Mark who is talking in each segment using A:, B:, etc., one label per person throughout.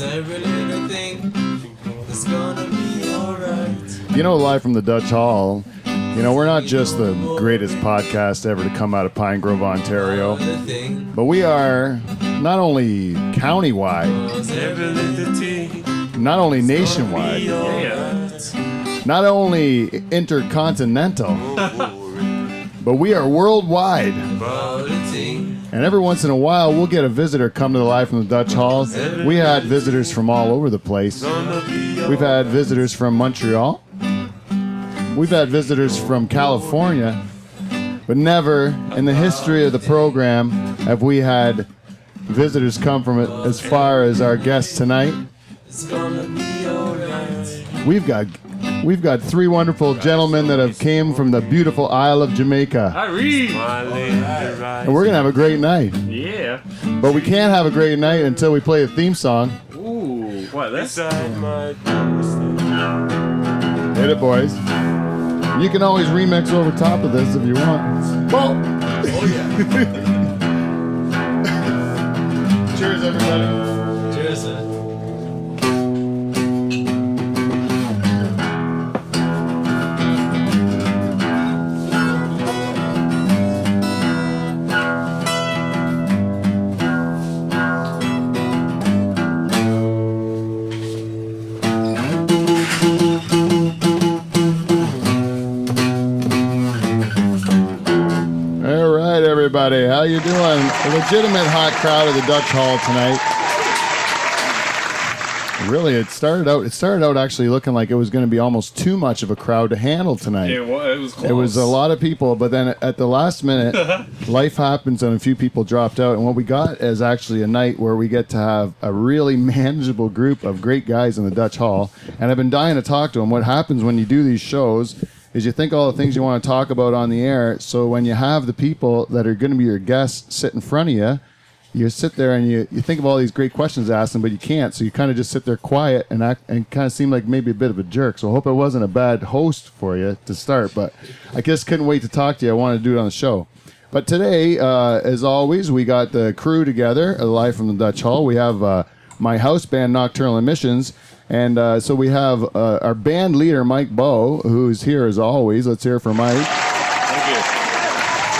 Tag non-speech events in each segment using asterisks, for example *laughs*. A: every little thing is gonna be alright.
B: You know, live from the Dutch Hall, you know, we're not just the greatest podcast ever to come out of Pine Grove, Ontario,
A: Other thing
B: but we are not only countywide,
A: was
C: Every
A: every
C: little thing.
B: not only nationwide,
C: Yeah.
B: not only intercontinental, *laughs* but we are worldwide.
A: other thing.
B: And every once in a while, we'll get a visitor come to the Live from the Dutch Hall. We had visitors from all over the place. We've had visitors from Montreal. We've had visitors from California. But never in the history of the program have we had visitors come from it as far as our guests tonight.
A: It's gonna be alright.
B: We've got we've got three wonderful gentlemen that have came from the beautiful Isle of Jamaica.
D: I read.
B: And
C: We're
B: we're gonna have a great night.
D: Yeah.
B: But we can't have a great night until we play a theme song.
D: Ooh. What? That's
C: Inside my doorstep.
B: Hit it, boys. You can always remix over top of this if you want. Well,
A: Oh yeah.
B: *laughs* cheers, everybody.
A: Cheers, sir.
B: All right, everybody. How you doing? A legitimate hot crowd at the Dutch Hall tonight. Really, it started out. It started out actually looking like it was going to be almost too much of a crowd to handle tonight.
D: it. wa- It was close.
B: It was a lot of people, but then at the last minute, life happens and a few people dropped out. And what we got is actually a night where we get to have a really *laughs* manageable group of great guys in the Dutch Hall. And I've been dying to talk to them. What happens when you do these shows is you think all the things you want to talk about on the air. So when you have the people that are going to be your guests sit in front of you, you sit there and you, you think of all these great questions to ask them, but you can't. So you kind of just sit there quiet and act and kind of seem like maybe a bit of a jerk. So I hope I wasn't a bad host for you to start, but I just couldn't wait to talk to you. I wanted to do it on the show. But today, uh, as always, we got the crew together, uh, live from the Dutch Hall. We have uh, my house band, Nocturnal Emissions. And uh, so we have uh, our band leader, Mike Bow, who's here as always. Let's hear for Mike.
E: Thank you.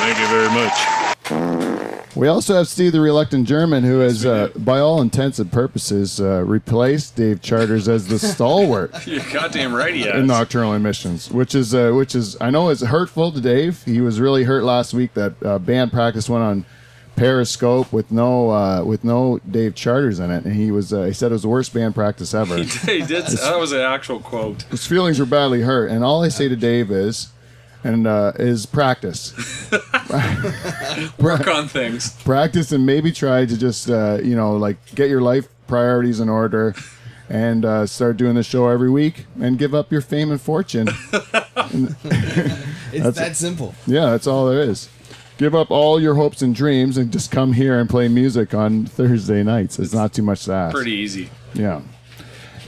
E: Thank you very much.
B: We also have Steve the Reluctant German, who has, uh, by all intents and purposes, uh, replaced Dave Charters as the stalwart
E: You're goddamn right, he
B: in
E: is.
D: *laughs*
B: Nocturnal Emissions, which is, uh, which is, I know, is hurtful to Dave. He was really hurt last week that uh, band practice went on Periscope with no, uh, with no Dave Charters in it, and he was, uh, he said it was the worst band practice ever.
D: He did. That was an actual quote.
B: His feelings were badly hurt, and all I say to Dave is, and uh, is practice. *laughs*
D: Work on things.
B: practice and maybe try to just uh, you know like get your life priorities in order and uh, start doing the show every week and give up your fame and fortune
A: It's that simple.
B: yeah that's all there is give up all your hopes and dreams and just come here and play music on thursday nights it's not too much to ask
D: Pretty easy.
B: yeah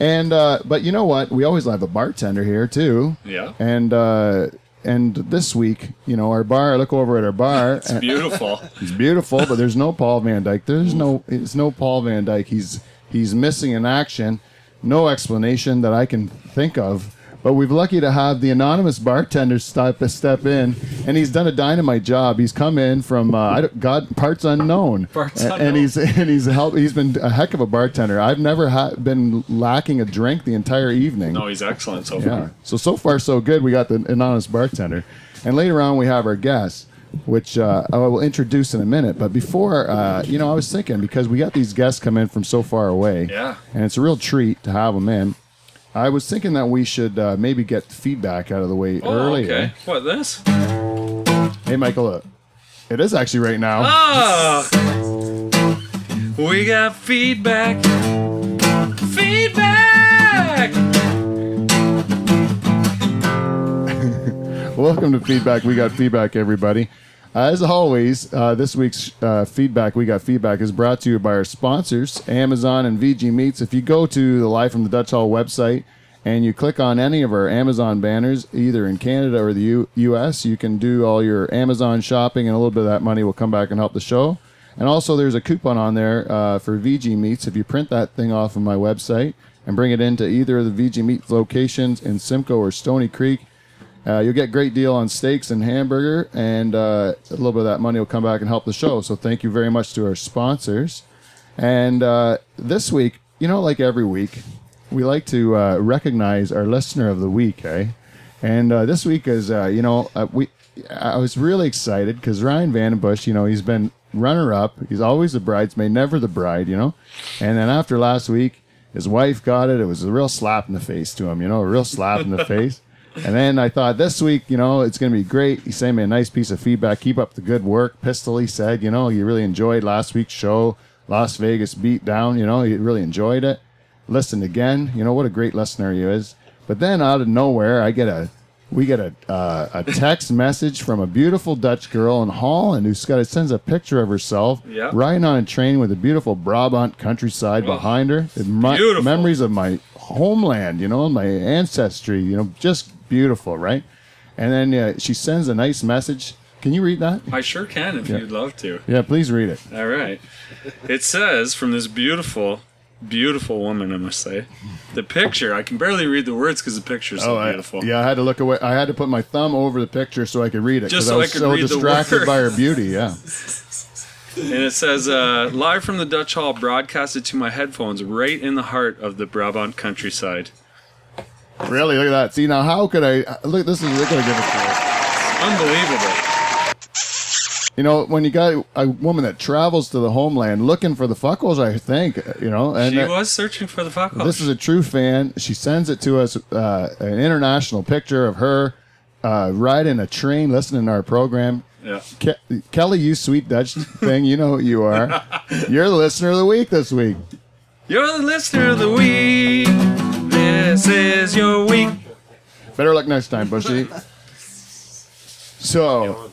B: and uh, but you know what we always have a bartender here too
E: Yeah.
B: and uh, and this week you know our bar i look over at our bar and-
E: Beautiful.
B: It's beautiful, but there's no Paul Van Dyke. There's no it's no Paul Van Dyke. He's he's missing in action. No explanation that I can think of. But we've lucky to have the anonymous bartender step step in, and he's done a dynamite job. He's come in from uh, I don't- God parts unknown,
D: Parts
B: A- and
D: unknown.
B: he's and he's helped. He's been a heck of a bartender. I've never ha- been lacking a drink the entire evening.
E: No, he's excellent so
B: Yeah.
E: far.
B: *laughs* So so far so good. We got the anonymous bartender, and later on we have our guests, which uh, I will introduce in a minute. But before, uh, you know, I was thinking because we got these guests come in from so far away,
E: Yeah.
B: and it's a real treat to have them in. I was thinking that we should uh, maybe get feedback out of the way
D: Oh,
B: earlier.
D: okay. What this?
B: Hey, Michael, look. It is actually right now.
D: Ah. We got feedback. Feedback.
B: Welcome to Feedback. We got feedback, everybody. Uh, as always, uh, this week's uh, Feedback We Got Feedback is brought to you by our sponsors, Amazon and VG Meats. If you go to the Live from the Dutch Hall website and you click on any of our Amazon banners, either in Canada or the U- U.S., you can do all your Amazon shopping, and a little bit of that money will come back and help the show. And also, there's a coupon on there uh, for VG Meats. If you print that thing off of my website and bring it into either of the VG Meat locations in Simcoe or Stony Creek, uh, you'll get great deal on steaks and hamburger, and uh, a little bit of that money will come back and help the show. So thank you very much to our sponsors. And uh, this week, you know, like every week, we like to uh, recognize our listener of the week, eh? And uh, this week is, uh, you know, uh, we I was really excited because Ryan Vandenbush, you know, he's been runner-up. He's always the bridesmaid, never the bride, you know. And then after last week, his wife got it. It was a real slap in the face to him, you know, a real slap in the *laughs* face. And then I thought this week, you know, it's going to be great. He sent me a nice piece of feedback. Keep up the good work. Pistol, he said, you know, he really enjoyed last week's show, Las Vegas beat down. You know, he really enjoyed it. Listened again. You know, what a great listener he is. But then out of nowhere, I get a, we get a, uh, a text message from a beautiful Dutch girl in Holland who's got, it sends a picture of herself
D: Yep.
B: riding on a train with the beautiful Brabant countryside behind her. It mi-
D: beautiful.
B: memories of my homeland, you know, and my ancestry, you know, just beautiful, right? And then uh, she sends a nice message. Can you read that?
D: I sure can if you'd love to.
B: Yeah, please read it.
D: All right. It says from this beautiful, beautiful woman, I must say. The picture, I can barely read the words because the picture's so
B: Oh, I,
D: beautiful.
B: yeah, I had to look away. I had to put my thumb over the picture so I could read it because
D: Just
B: I
D: so I
B: was
D: could
B: so
D: read the
B: distracted
D: words.
B: by her beauty. Yeah,
D: And it says, uh, live from the Dutch Hall, broadcasted to my headphones right in the heart of the Brabant countryside.
B: really, look at that. See now, how could I look? This is look at give it
D: Unbelievable.
B: to You know, when you got a woman that travels to the homeland looking for the fuckles, I think you know, and
D: She
B: that-
D: was searching for the fuck
B: This is a true fan. She sends it to us uh, an international picture of her uh, riding a train, listening to our program.
D: Yeah.
B: Ke- Kelly, you sweet Dutch thing, you know what you
D: *laughs*
B: are. You're the listener of the week this week.
D: You're the listener of the week. This is your week.
B: Better luck next time, Bushy. So,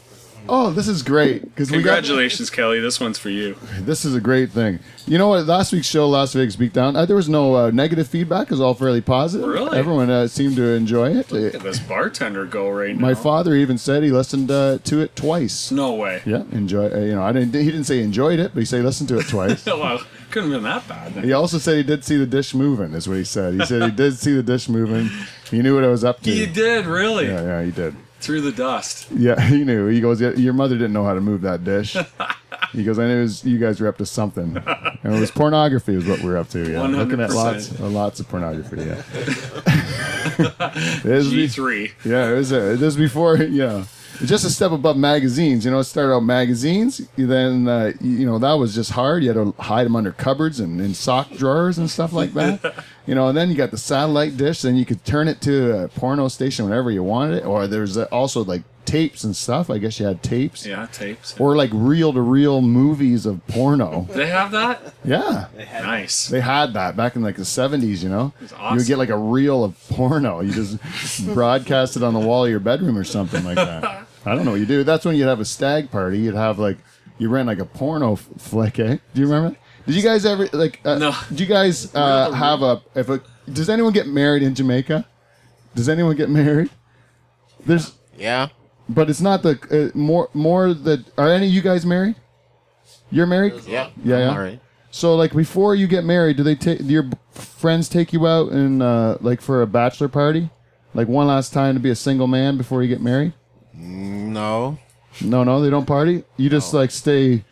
B: oh, this is great because we got
D: Congratulations, Kelly. This one's for you.
B: this is a great thing. You know what? Last week's show, Las Vegas Beatdown, uh, there was no uh, negative feedback. It was all fairly positive.
D: Really?
B: Everyone uh, seemed to enjoy it.
D: Look at this bartender go right now.
B: My father even said he listened uh, to it twice.
D: No way. *laughs*
B: Yeah, enjoy. Uh, you know, I didn't. He didn't say enjoyed it, but he said he listened to it
D: *laughs*
B: twice.
D: Well, couldn't have been that bad. Then.
B: he also said he did see the dish moving. Is what he said. He said he did see the dish moving. He knew what I was up to.
D: He did, really.
B: Yeah, yeah, he did.
D: Through the dust.
B: Yeah, *laughs* he knew. He goes, yeah, "Your mother didn't know how to move that
D: *laughs*
B: dish." he goes, "I knew it was, you guys were up to something, and it was pornography, is what we were up to." Yeah, looking at lots,
D: 100%.
B: uh, lots of pornography. Yeah.
D: *laughs*
B: *laughs* It was be-
D: G3.
B: Yeah, it was uh, this was before. Yeah, just a step above magazines. You know, it started out magazines. you Then uh, you you know that was just hard. You had to hide them under cupboards and in sock drawers and stuff like that. you know, and then you got the satellite dish. Then you could turn it to a porno station whenever you wanted it. Or there's uh, also like tapes and stuff. I guess you had tapes.
D: Yeah, tapes.
B: Or like reel-to-reel movies of porno.
D: they have that?
B: yeah,
D: Nice.
B: they had that back in like the seventies, you know.
D: was awesome.
B: You would get like a reel of porno. You
D: *laughs*
B: just broadcast it on the wall of your bedroom or something like that. I don't know what you do. That's when you'd have a stag party. You'd have like you ran like a porno f- flick. Eh? Do you remember? Did you guys ever like? Uh,
D: No.
B: Do you
D: *laughs*
B: guys uh, have a? If a does anyone get married in Jamaica? Does anyone get married? There's,
A: Yeah.
B: but it's not the uh, more more that are any of you guys married? You're married.
A: Yeah.
B: Yeah, yeah.
A: All right.
B: So like before you get married, do they take do your b- friends take you out and uh, like for a bachelor party, like one last time to be a single man before you get married?
A: No.
B: No, no, they don't party. You just like stay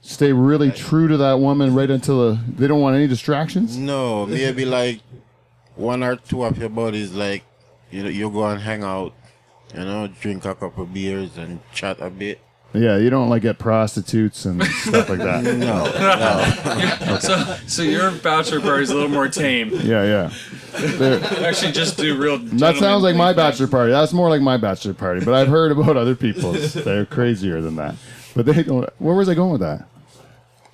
B: stay really true to that woman right until the, they don't want any distractions.
A: No. Maybe like one or two of your buddies, like you know, you go and hang out, you know, drink a couple beers and chat a bit.
B: Yeah, you don't like get prostitutes and stuff like that.
A: No. no.
D: So, so your bachelor party's a little more tame.
B: Yeah, yeah.
D: Actually, just do real.
B: That
D: gentleman
B: sounds like my
D: thing.
B: bachelor party. That's more like my bachelor party, but I've heard about other people's. They're crazier than that. But they don't. Where was I going with that?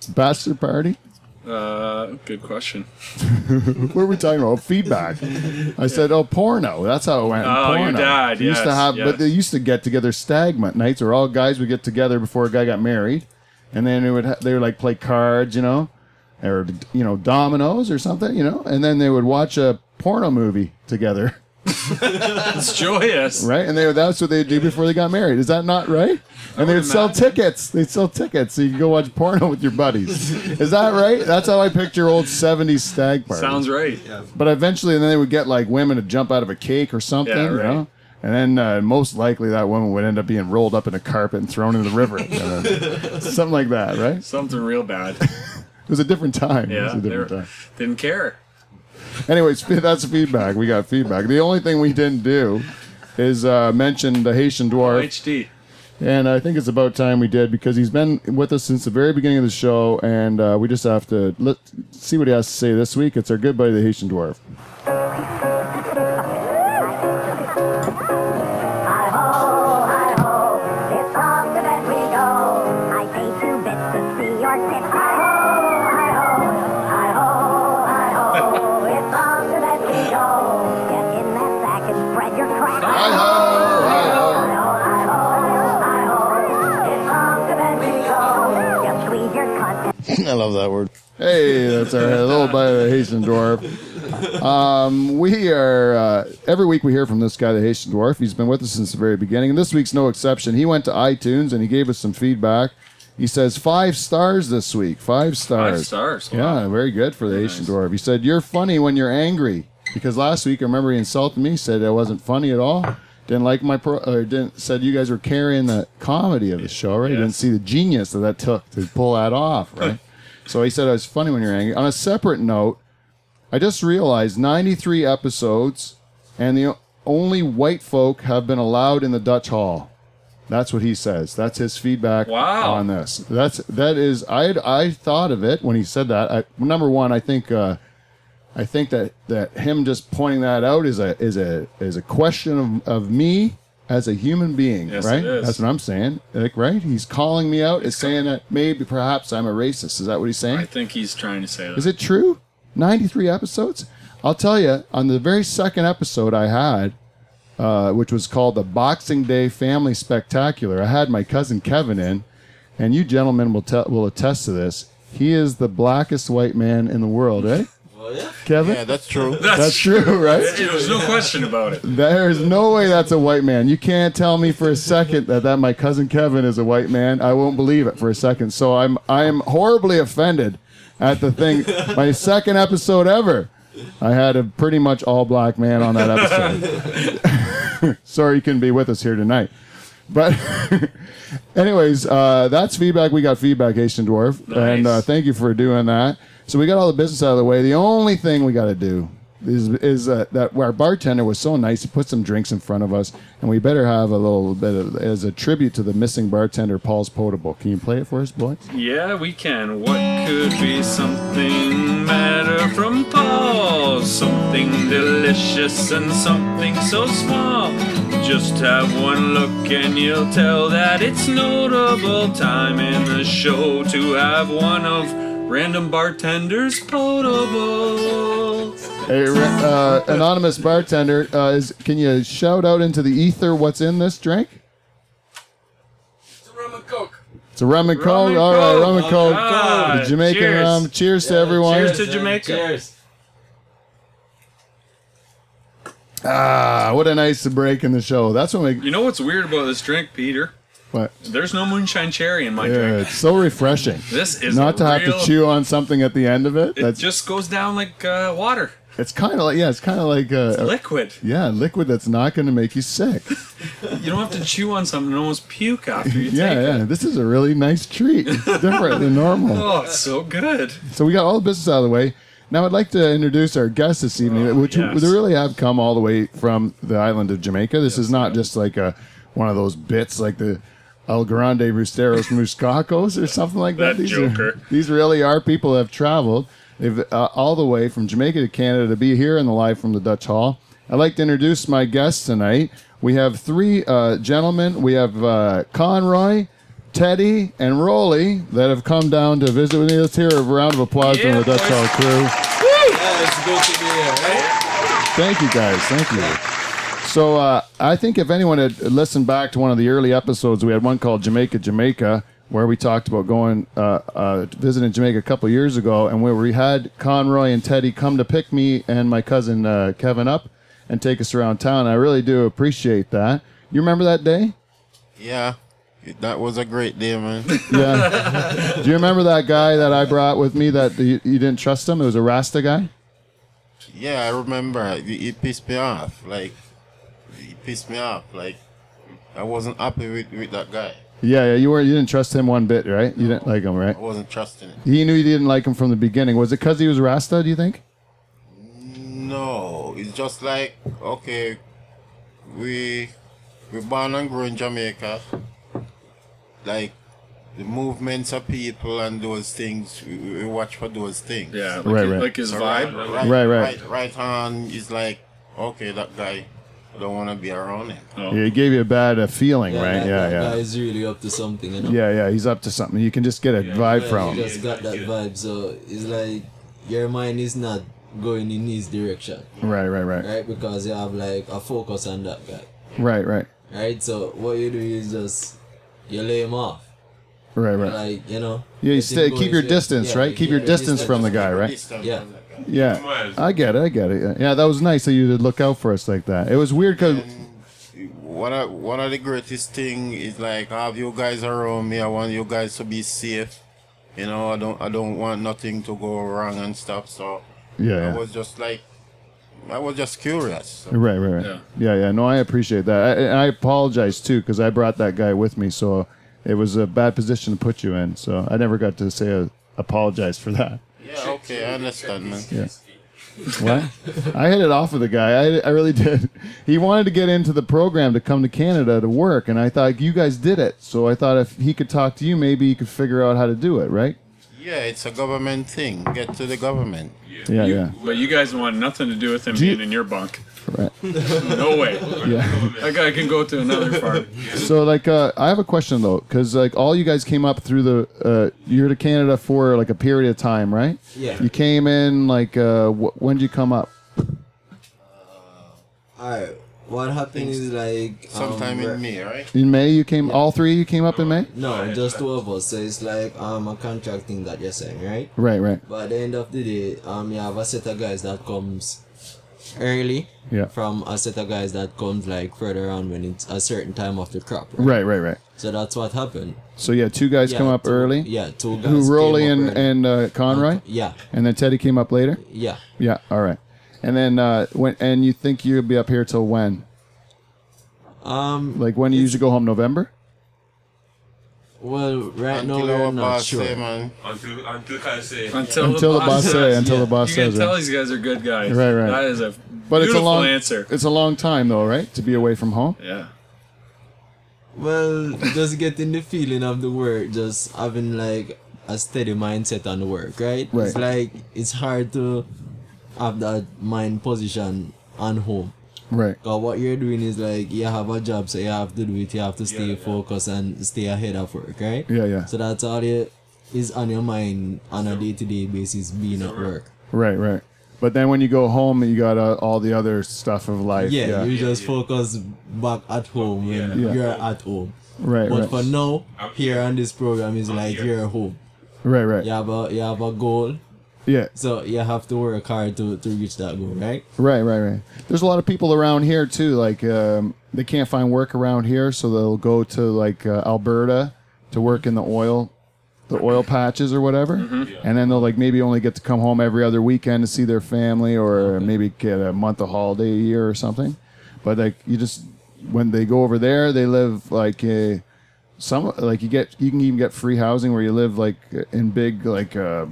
B: Bachelor party?
D: Uh, good question.
B: What were we talking about? Oh, Feedback. I said, oh, porno. That's how it went.
D: Oh, your
B: porno.
D: dad,
B: They used to
D: yes,
B: have,
D: yes.
B: but they used to get together stagmont nights, where all guys would get together before a guy got married, and then they would ha- they would like play cards, you know, or you know dominoes or something, you know, and then they would watch a porno movie together. *laughs*
D: It's joyous.
B: right? And they that's what they'd do before they got married. Is that not right? And they would sell
D: imagine.
B: tickets. They'd sell tickets so you could go watch porno with your buddies. Is that right? That's how I picture old 70s stag parties.
D: Sounds right.
B: But eventually, then they would get like women to jump out of a cake or something,
D: Yeah,
B: you
D: right.
B: know? And then uh, most likely that woman would end up being rolled up in a carpet and thrown into the river. you
D: *laughs*
B: know? something like that, right? It
D: Something
B: *laughs*
D: real bad.
B: was a different time. It was
D: Yeah.
B: a
D: they
B: different
D: were-
B: time.
D: didn't care.
B: Anyways, *laughs* fe- that's feedback. We got feedback. The only thing we didn't do is uh, mention the Haitian dwarf.
D: HD.
B: And I think it's about time we did because he's been with us since the very beginning of the show, and uh, we just have to let see what he has to say this week. It's our good buddy, the Haitian dwarf.
F: It's off to bed we go. I pay two bits to see your tip. Hi-ho, hi-ho, hi-ho, hi-ho. It's off to bed we go. Get in that sack and spread your crack. Hi-ho, hi-ho, hi-ho, hi-ho. It's off to bed we go. Just squeeze your cunt
A: *laughs*
F: and
A: I love that word.
B: Hey, that's our little buddy, the Haitian dwarf. Um, we are uh, every week we hear from this guy, the Haitian dwarf. He's been with us since the very beginning, and this week's no exception. He went to iTunes and he gave us some feedback. He says five stars this week. Five stars.
D: Five stars. Wow.
B: Yeah, very good for the Haitian dwarf. He said, "You're funny when you're angry." Because last week, I remember he insulted me, said I wasn't funny at all, didn't like my pro, or didn't said you guys were carrying the comedy of the show, right? Didn't see the genius that that took to pull that off, right? so he said I was funny when you're angry. On a separate note, I just realized 93 episodes, and the o- only white folk have been allowed in the Dutch Hall. That's what he says. That's his feedback
D: Wow.
B: on this. That's that is I had- I thought of it when he said that. I, number one, I think uh, I think that that him just pointing that out is a is a is a question of, of me as a human being,
D: Yes,
B: right?
D: it is.
B: That's what I'm saying. Like, right? He's calling me out. Is saying that maybe perhaps I'm a racist. Is that what he's saying?
D: I think he's trying to say that.
B: Is it true? 93 episodes? I'll tell you, on the very second episode I had, uh, which was called the Boxing Day Family Spectacular, I had my cousin Kevin in, and you gentlemen will tell will attest to this. He is the blackest white man in the world, eh? Kevin?
A: Yeah, that's true.
B: That's true, right?
D: There's no question about it.
B: There's no way that's a white man. You can't tell me for a second that, that my cousin Kevin is a white man. I won't believe it for a second. So I'm I'm horribly offended at the thing. my second episode ever. I had a pretty much all black man on that episode. Sorry you couldn't be with us here tonight. But *laughs* anyways, uh, that's feedback. We got feedback, Haitian Dwarf. And uh,
D: Nice.
B: thank you for doing that. So we got all the business out of the way. The only thing we got to do is is uh, that our bartender was so nice. He put some drinks in front of us, and we better have a little bit of, as a tribute to the missing bartender, Paul's Potable. Can you play it for us, boys?
D: Yeah, we can. What could be something matter from Paul? Something delicious and something so small. Just have one look and you'll tell that it's notable time in the show to have one of Random Bartender's Potable.
B: Hey, uh, anonymous bartender, uh, is, can you shout out into the ether what's in this drink?
C: It's a rum and coke.
B: It's a rum and
D: Rum
B: coke.
D: and
B: All right,
D: coke.
B: rum and coke.
D: Ah,
B: The Jamaican
D: cheers.
B: rum. Cheers to everyone.
D: Cheers to Jamaica.
C: Cheers.
B: Ah, what a nice break in the show. That's what we.
D: You know what's weird about this drink, Peter?
B: What?
D: There's no moonshine cherry in my
B: Yeah,
D: drink.
B: it's so refreshing.
D: This is
B: Not to have
D: real-
B: to chew on something at the end of it.
D: It
B: That's
D: just goes down like uh, water,
B: it's kind of like yeah, it's kind of like uh, a-
D: liquid.
B: yeah, liquid that's not going to make you sick.
D: You don't have to chew on something and almost puke after *laughs*
B: *laughs*
D: you
B: yeah,
D: take it.
B: yeah. This is a really nice treat. It's different than
D: *laughs*
B: normal.
D: Oh, it's so good.
B: So we got all the business out of the way. Now I'd like to introduce our guests this evening, which
D: Oh, yes.
B: they really have come all the way from the island of Jamaica. This is not just like a one of those bits like the El Grande
D: *laughs*
B: Busteros Muscacos or something like that.
D: That
B: are-
D: joker.
B: these really are people that have traveled they've, uh, all the way from Jamaica to Canada to be here in the live from the Dutch Hall. I'd like to introduce my guests tonight. We have three uh, gentlemen. We have uh, Conroy, Teddy, and Rolly that have come down to visit with me. Let's hear a round of applause
D: Yeah,
B: from the Dutch
D: boys.
B: Hall crew.
C: Yeah, it's a good to be here, right?
B: Thank you, guys. Thank you. So uh, I think if anyone had listened back to one of the early episodes, we had one called Jamaica, Jamaica, where we talked about going uh, uh, visiting Jamaica a couple years ago, and where we had Conroy and Teddy come to pick me and my cousin uh, Kevin up, and take us around town. I really do appreciate that. You remember that day?
A: Yeah, that was a great day, man.
B: Yeah. do you remember that guy that I brought with me that you, you didn't trust him? It was a Rasta guy.
A: yeah, I remember. It, it pissed me off. Like, it pissed me off. Like, I wasn't happy with, with that guy.
B: Yeah, yeah. You were you didn't trust him one bit, right? You didn't like him, right?
A: I wasn't trusting him.
B: He knew you didn't like him from the beginning. Was it because he was Rasta? Do you think?
A: No, it's just like okay, we we born and grew in Jamaica. Like the movements of people and those things, we, we watch for those things.
E: Yeah, like,
B: Right,
E: his-
B: right.
E: like his
A: So
E: vibe.
A: right,
B: Right,
A: right,
B: right.
A: right, right hand is like okay, that guy, I don't want to be around him.
E: Oh.
B: Yeah, he gave you a bad uh, feeling, right?
G: that-
B: Yeah,
G: that
B: yeah,
G: guy
B: yeah,
G: is really up to something, you know.
B: yeah, He's up to something. You can just get a vibe
G: Yeah,
B: from
G: You
B: him.
G: just got that vibe, so it's like your mind is not going in his direction,
B: Right, right, right,
G: right? Because you have like a focus on that guy,
B: right, right,
G: right? So what you do is just you lay him off,
B: right, right.
G: like you know.
B: Yeah, you
G: let him
B: stay,
G: go
B: keep
G: his
B: your
G: way.
B: distance,
G: Yeah,
B: right?
G: you
B: Keep your distance from the guy, right?
A: Distance
G: Yeah.
A: from that guy.
B: Yeah, I get it. I get it. Yeah, that was nice that you did look out for us like that. It was weird because
A: One of one of the greatest thing is like I have you guys around me. I want you guys to be safe. You know, I don't I don't want nothing to go wrong and stuff. So
B: yeah,
A: I
B: yeah.
A: was just like I was just curious. So,
B: right, right, right. Yeah.
E: Yeah.
B: yeah, No, I appreciate that. I, and I apologize too because I brought that guy with me, so it was a bad position to put you in. So I never got to say uh apologize for that.
A: yeah, okay, I understand, man.
B: Yeah. What? I hit it off with the guy. I, I really did. He wanted to get into the program to come to Canada to work, and I thought you guys did it. So I thought if he could talk to you, maybe he could figure out how to do it, right?
A: Yeah, it's a government thing. Get to the government.
B: Yeah,
E: You-
B: yeah,
E: But you guys want nothing to do with him
B: Do you-
E: being in your bunk.
B: right.
E: No way.
B: Yeah.
E: That guy can go to another farm.
B: So like, uh, I have a question though, because like all you guys came up through the uh, you're to Canada for like a period of time, right?
G: Yeah.
B: You came in like uh, wh- when did you come up?
G: Alright, what happened is like
A: Sometime
G: um,
A: in May, right?
B: In May you came. All three you came up in May.
G: No, just two of us. So it's like um a contract thing that you're saying, right?
B: Right, right.
G: But at the end of the day, um, you have a set of guys that comes early
B: Yeah.
G: from a set of guys that comes like further on when it's a certain time of the crop. Right?
B: Right, right, right.
G: So that's what happened.
B: So yeah, two guys
G: Yeah,
B: come up
G: two-
B: early.
G: Yeah, two guys.
B: Who
G: came
B: Rolly
G: up
B: and
G: early.
B: and uh, Conroy,
G: yeah,
B: and then Teddy came up later.
G: yeah.
B: Yeah. All right. And then uh, when and you think you'll be up here till when?
G: Um,
B: Like when you usually go home? November.
G: well, right now
A: Until
G: we're
A: our
G: not
A: boss
G: sure.
A: say, man,
C: Until, until I say.
E: Until,
B: Until the boss say. Until the
G: yeah.
B: boss
E: You
B: says.
E: can
B: it.
E: tell these guys are good guys.
B: Right, right.
E: That is a
B: But
E: beautiful
B: it's a long
E: answer.
B: It's a long time though, right? To be away from home.
E: Yeah.
G: Well, just getting the feeling of the work, just having like a steady mindset on the work, right?
B: Right.
G: It's like it's hard to have that mind position on home.
B: Right.
G: Cause what you're doing is like you have a job, so you have to do it. You have to stay focused and stay ahead of work, right?
B: Yeah, yeah.
G: So that's all you is on your mind on a day-to-day basis being at work.
B: Right, right. But then when you go home, you got uh, all the other stuff of life.
G: Yeah,
B: Yeah.
G: you just focus back at home when
B: Yeah.
G: you're at home.
B: right,
G: But
B: right.
G: for now, here on this program is like you're home.
B: right, right.
G: You
B: Yeah.
G: have a you have a goal, so you have to work hard to, to reach that goal, right?
B: Right, right, right. There's a lot of people around here too. Like um, they can't find work around here, so they'll go to like uh, Alberta to work in the oil, the oil patches or whatever,
G: Mm-hmm.
B: and then they'll like maybe only get to come home every other weekend to see their family, or maybe get a month of holiday a year or something. But like you just when they go over there, they live like a some like you get you can even get free housing where you live like in big like uh,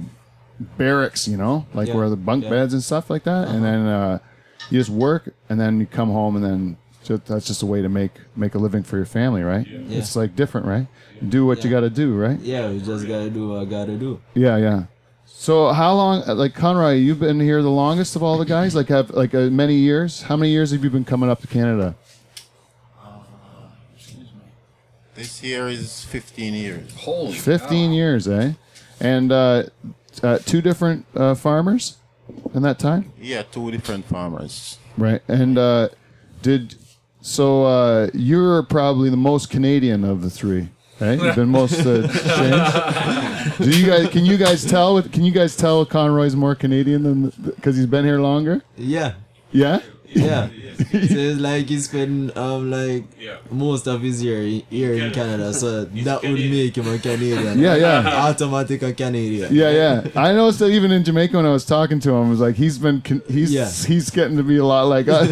B: barracks, you know, like
G: Yeah,
B: where the bunk
G: yeah.
B: beds and stuff like that,
G: Uh-huh.
B: and then uh, you just work and then you come home and then ju- that's just a way to make make a living for your family, right?
G: Yeah.
B: It's like different, right? Do what you
G: Yeah.
B: got to do, right?
G: Yeah, you just gotta do what I gotta do.
B: Yeah, yeah. So how long, like Conroy, you've been here the longest of all the guys? Like have like uh, many years? How many years have you been coming up to Canada?
A: this year is 15 years.
E: Holy.
B: Fifteen years, eh? And uh, uh, two different uh, farmers in that time.
A: Yeah, two different farmers.
B: Right. And uh, did so uh, you're probably the most Canadian of the three, right? You've been most uh, changed. Do you guys can you guys tell with can you guys tell Conroy's more Canadian than cuz he's been here longer?
G: Yeah.
B: Yeah?
G: Yeah. *laughs* so it's like he spent um like
D: Yeah.
G: most of his year i- here in Canada,
D: *laughs*
G: so that would
D: Canadian.
G: make him a Canadian.
B: Yeah,
D: *laughs*
B: yeah.
G: Automatic a Canadian.
B: Yeah, yeah. I noticed that even in Jamaica when I was talking to him, it was like he's been con- he's
G: Yeah.
B: he's getting to be a lot like us. *laughs*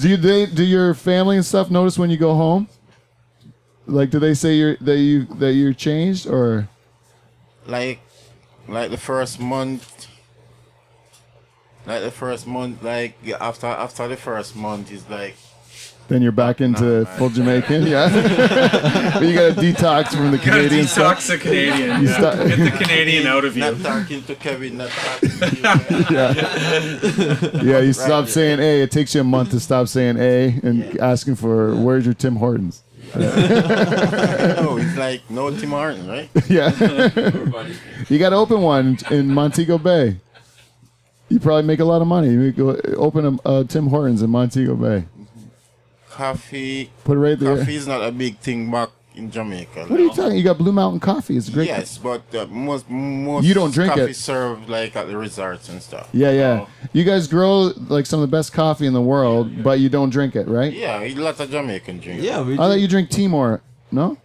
B: do you, they do your family and stuff notice when you go home? Like, do they say you're that you that you're changed or?
A: like like the first month like the first month like yeah, after after the first month is like
B: Then you're back into full Jamaican, yeah.
D: *laughs*
B: *laughs* but you got to detox from the
D: Gotta
B: Canadian stuff.
D: detox the Canadian. yeah.
B: stop-
D: Get the Canadian out of you.
A: not talking to Kevin not talking to
B: *laughs*
A: you
B: *laughs* Yeah, you stop saying a. It takes you a month to stop saying a and asking for where's your Tim Hortons.
A: no it's like no Tim Martin right *laughs*
B: Yeah,
C: Everybody.
B: you got to open one in Montego Bay. You probably make a lot of money. You go open a, a Tim Hortons in Montego Bay.
A: coffee
B: Put it right there.
A: coffee is not a big thing back in Jamaica
B: What are you talking? You got Blue Mountain Coffee. It's a great.
A: yes but uh, most most
B: You don't drink
A: coffee
B: it.
A: served like at the resorts and stuff
B: Yeah, yeah. You guys grow like some of the best coffee in the world, but you don't drink it, right?
A: yeah a lot of Jamaican drink
G: Yeah, we
B: I thought
G: drink-
B: you drink Timor. No.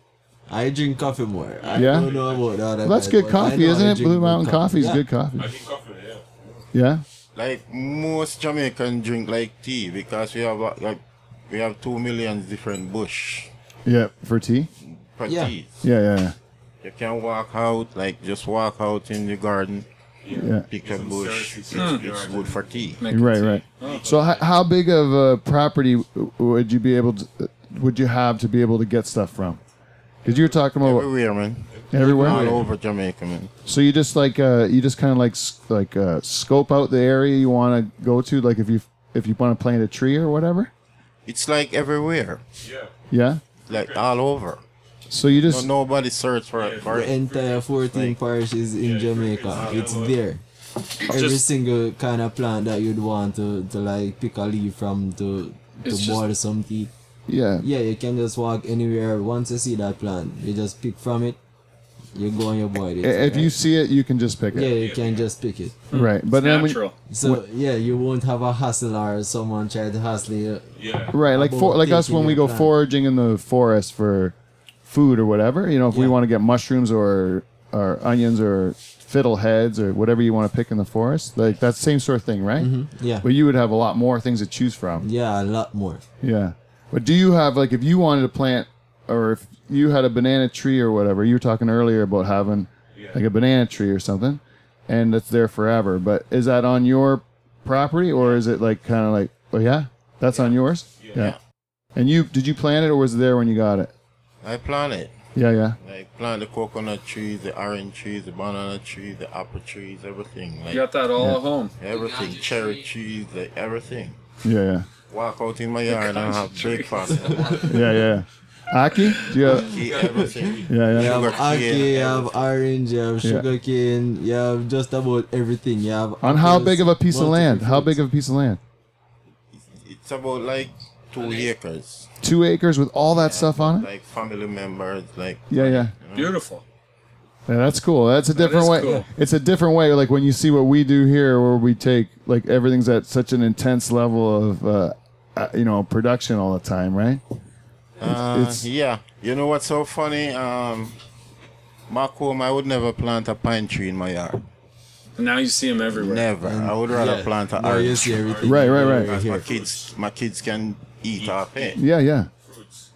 G: I drink coffee more. I
B: Yeah?
G: don't know about that.
B: Well, that's good coffee, isn't it? Blue Mountain Coffee is
G: yeah.
B: good coffee.
E: I think coffee, yeah.
B: Yeah.
A: like most Jamaican drink like tea because we have uh, like we have two million different bush
B: Yeah. For tea.
A: for
G: Yeah.
A: tea
B: Yeah, yeah,
A: You can walk out, like just walk out in the garden,
B: yeah.
A: pick a bush. It's, it's good for tea.
B: yeah. Right, right. So, how, how big of a property w- would you be able to, would you have to be able to get stuff from? Because you were talking about
A: Everywhere, man. All
B: everywhere.
A: over Jamaica, man.
B: So you just like uh, you just kind of like s- like uh, scope out the area you want to go to. Like if you if you want to plant a tree or whatever.
A: It's like everywhere,
B: Yeah.
A: like all over.
B: So you
A: No,
B: just
A: nobody search for for
G: The
A: it.
G: entire 14 parishes in Jamaica. It's there. Every
D: just-
G: single kind of plant that you'd want to, to like pick a leaf from to to
D: It's just-
G: boil some tea.
B: yeah.
G: Yeah, you can just walk anywhere. Once you see that plant, you just pick from it. You go and you boil it.
B: I- If you
G: right?
B: see it, you can just pick
G: yeah,
B: it.
G: you can just pick it.
B: Right. But *laughs* then when,
D: Natural.
G: So yeah, you won't have a hustle or someone try to hustle you.
E: Yeah.
B: Right, like for,
G: About
B: like us
G: taking
B: when we
G: your
B: go
G: time.
B: foraging in the forest for food or whatever. You know, if we
G: Yeah.
B: want to get mushrooms or or onions or fiddleheads or whatever you want to pick in the forest, like that same sort of thing, right?
G: Yeah,
B: But you would have a lot more things to choose from.
G: yeah, a lot more.
B: Yeah. But do you have like if you wanted to plant or if you had a banana tree or whatever, you were talking earlier about having like a banana tree or something and it's there forever. But is that on your property or is it like kind of like oh yeah, that's on yours? Yeah. And you did you plant it or was it there when you got it?
A: I plant it.
B: Yeah, yeah.
A: Like plant the coconut tree, the orange tree, the banana tree, the apple trees, everything. Like
D: You got that all at home.
A: everything, cherry trees, like everything.
B: Yeah,
A: Walk out in my yard and have breakfast.
B: yeah. Yeah, yeah. *laughs* Aki? Do you have,
A: Eat everything.
B: yeah,
G: You
B: yeah.
G: have
A: Sugar cane,
G: aki, you have
A: everything.
G: orange, you have sugarcane, you have just about everything. You have
B: On how
G: apples,
B: big of a piece of
G: multiple
B: land? How
G: fruits.
B: big of a piece of land?
A: It's about like two acres.
B: Two acres with all that stuff on it?
A: Like family members, like
B: Yeah, yeah.
D: Beautiful.
B: Yeah, that's cool. That's a different
D: is
B: way.
D: cool.
B: It's a different way. Like when you see what we do here, where we take like everything's at such an intense level of, uh, uh, you know, production all the time, right?
A: Uh,
B: It's-
A: yeah. You know what's so funny? Um, back home, I would never plant a pine tree in my yard.
D: Now you see him everywhere.
A: Never. I would rather
G: Yeah.
A: plant an
G: Now you
A: orange
G: see
A: tree.
G: everything.
B: Right, right, right.
A: Because my
G: Here.
A: kids, my kids can eat off it.
B: Yeah, yeah.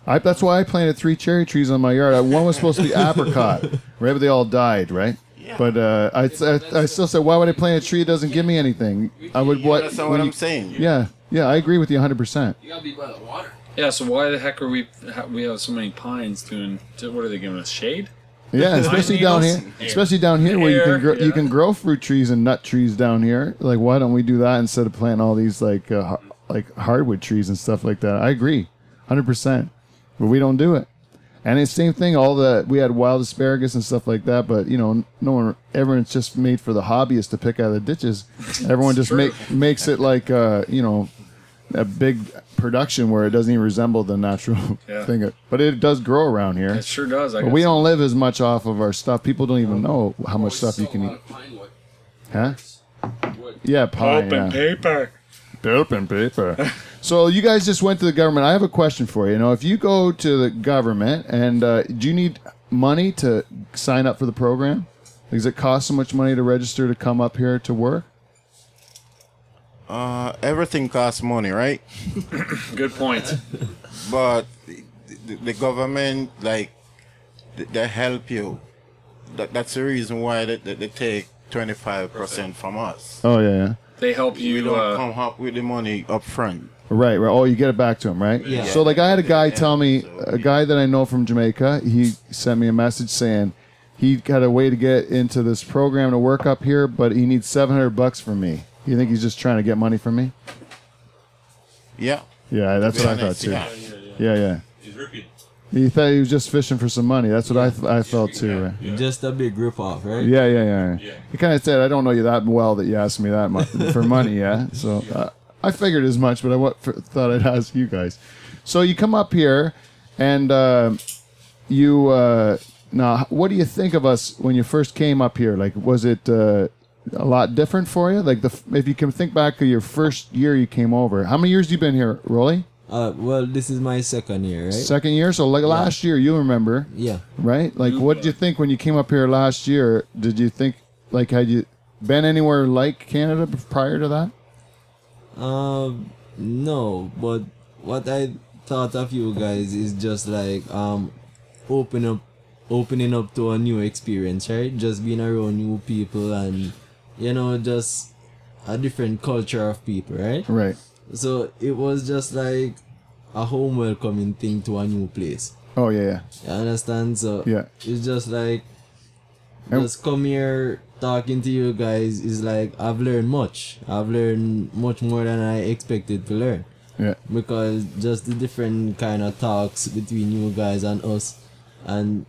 B: I, that's why I planted three cherry trees on my yard. Uh, One was supposed to
A: *laughs*
B: be apricot, right? But they all died, right? But uh, I, I, I still said, why would I plant a tree that doesn't give me anything? I would what?
A: That's not
B: when
A: what
B: you-
A: I'm saying.
B: Yeah, yeah, I agree with you 100. percent
C: You gotta be by the water.
D: Yeah, so why the heck are we ha- we have so many pines doing what are they giving us shade?
B: Yeah, especially down here,
D: needles.
B: especially down here where you
D: Air,
B: can grow, you
D: yeah.
B: can grow fruit trees and nut trees down here. Like, why don't we do that instead of planting all these like uh, har- like hardwood trees and stuff like that? I agree, hundred percent. But we don't do it. And it's same thing. All the we had wild asparagus and stuff like that, but you know, no one. Everyone's just made for the hobbyist to pick out of the ditches. Everyone just
D: true.
B: make, makes it like uh, you know a big production where it doesn't even resemble the natural *laughs*
D: Yeah.
B: thing. But it does grow around here.
D: It sure does. I
B: But
D: guess.
B: we don't live as much off of our stuff. People don't even know how much
C: Oh,
B: stuff you
C: so
B: can
C: a lot
B: eat.
C: of pine wood.
B: Huh?
C: Wood.
B: Yeah, pie.
E: Open
B: yeah.
E: paper.
B: Open paper. so you guys just went to the government. I have a question for you. You know, if you go to the government and uh, do you need money to sign up for the program? Does it cost so much money to register to come up here to work?
A: Uh, everything costs money, right?
D: Good point.
A: But the, the government, like, they, they help you. That, that's the reason why they, they, they take 25% from us.
B: Oh yeah, yeah.
D: They help
A: We
D: you.
A: don't
D: Uh,
A: come up with the money up front.
B: Right, right. Oh, you get it back to him, right?
G: Yeah.
B: So, like, I had a guy tell me,
A: So-
B: a guy that I know from Jamaica, he sent me a message saying he got a way to get into this program to work up here, but he needs 700 bucks from me. You think he's just trying to get money from me?
A: Yeah.
B: Yeah, that's
A: To be
B: what I thought
A: honest,
B: too.
A: yeah.
B: Yeah, yeah.
H: He's ripping.
B: He thought he was just fishing for some money. That's what I, th- I felt too. right?
G: Just a big rip off, right?
B: Yeah, yeah, yeah. He kind of said, "I don't know you that well that you asked me that much for money." Yeah, so uh, I figured as much, but I wa- f- thought I'd ask you guys. So you come up here, and uh, you uh, now, what do you think of us when you first came up here? Like, was it uh, a lot different for you? Like, the f- if you can think back of your first year you came over, how many years you been here, Rolly?
G: Uh, well, this is my second year, right?
B: Second year. So like last year, you remember?
G: yeah.
B: right? Like, what did you think when you came up here last year? Did you think like had you been anywhere like Canada b- prior to that?
G: Um, no, but what I thought of you guys is just like um, open up, opening up to a new experience, right? Just being around new people and you know just a different culture of people, right?
B: Right.
G: So it was just like a home welcoming thing to a new place.
B: Oh yeah, yeah.
G: You understand? So
B: Yeah.
G: it's just like
B: And-
G: just come here talking to you guys is like I've learned much. I've learned much more than I expected to learn
B: yeah.
G: because just the different kind of talks between you guys and us, and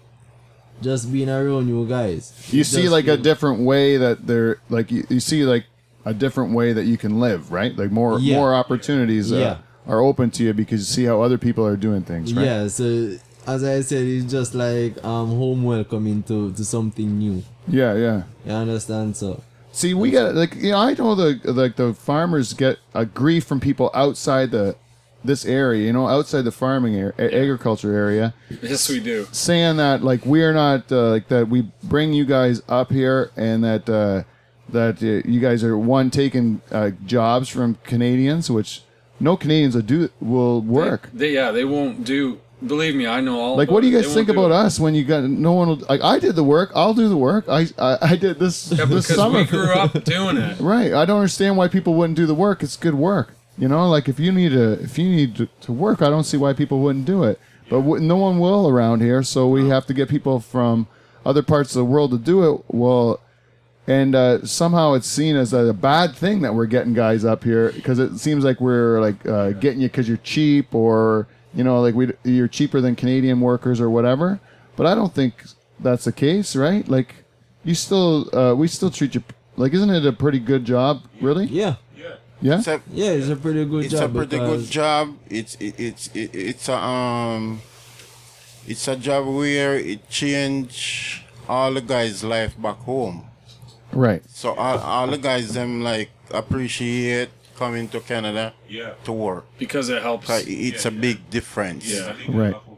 G: just being around you guys.
B: You
G: It
B: see
G: just
B: like a
G: feel-
B: different way that they're like you, you see like a different way that you can live, right? Like more
G: Yeah.
B: more opportunities uh,
G: Yeah.
B: are open to you because you see how other people are doing things, right?
G: yeah. So as I said, it's just like um home welcoming to to something new.
B: Yeah, yeah.
G: You understand? So
B: See, we got like you know I know the like the farmers get a grief from people outside the this area, you know, outside the farming area, agriculture area.
D: yes, we do.
B: saying that like we're not uh, like that we bring you guys up here and that uh, that uh, you guys are one taking uh, jobs from Canadians, which no Canadians will do will work.
D: They, yeah, they won't do. Believe me, I know all.
B: Like,
D: about
B: what do you
D: it.
B: guys
D: They
B: think
D: won't do
B: about
D: it.
B: us when you got no one? Will, like, I did the work. I'll do the work. I I, I did this
D: Yeah,
B: this
D: because
B: summer.
D: we grew
B: *laughs*
D: up doing it.
B: Right. I don't understand why people wouldn't do the work. It's good work. You know, like if you need to if you need to, to work, I don't see why people wouldn't do it. But w- no one will around here, so we have to get people from other parts of the world to do it. Well, and uh, somehow it's seen as a bad thing that we're getting guys up here because it seems like we're like uh, getting you because you're cheap or you know like we you're cheaper than Canadian workers or whatever. But I don't think that's the case, right? Like you still uh, we still treat you like isn't it a pretty good job really?
G: yeah,
B: Yeah.
A: Except
G: yeah, it's a pretty good
A: it's a
G: job.
A: pretty good
G: because-
A: job. It's it, it's it, it's a um, it's a job where it changed all the guys' life back home.
B: Right.
A: So all, all the guys them like appreciate coming to Canada
H: Yeah.
A: to work.
D: Because it helps.
A: 'Cause It's a big difference.
H: I
D: Yeah.
H: think
B: Right.
H: that's awful.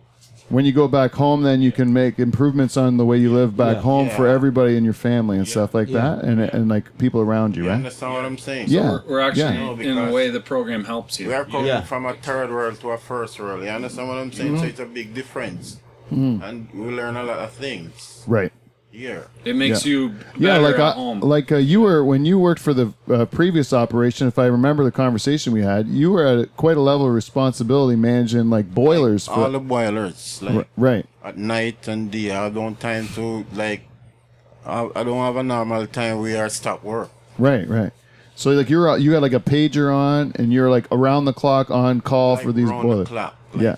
B: When you go back home, then you can make improvements on the way you live back
G: Yeah.
B: home for
A: Yeah.
B: everybody in your family and stuff like
G: Yeah.
B: that, and and like people around you,
A: You
B: right?
A: understand what I'm saying?
B: Yeah.
A: So
D: We're, we're actually
B: Yeah.
D: in a
A: No, Oh, because-
D: way the program helps you.
A: we are coming
G: Yeah.
A: from a third world to a first world. You understand what I'm saying? So
B: Mm-hmm.
A: it's a big difference. And we learn a lot of things
B: Right.
A: here.
D: It makes
B: Yeah.
D: you better
B: yeah, like
D: at
B: I,
D: home.
B: like uh, you were when you worked for the uh, previous operation. If I remember the conversation we had, you were at a, quite a level of responsibility managing like boilers for
A: All the boilers. Like,
B: r- right.
A: at night and day. I don't time to like. I, I don't have a normal time where I stop work.
B: Right, right. So like you're you had like a pager on, and you're like around the clock on call
A: Like,
B: for these
A: round
B: boilers.
A: The clock. Like,
B: Yeah.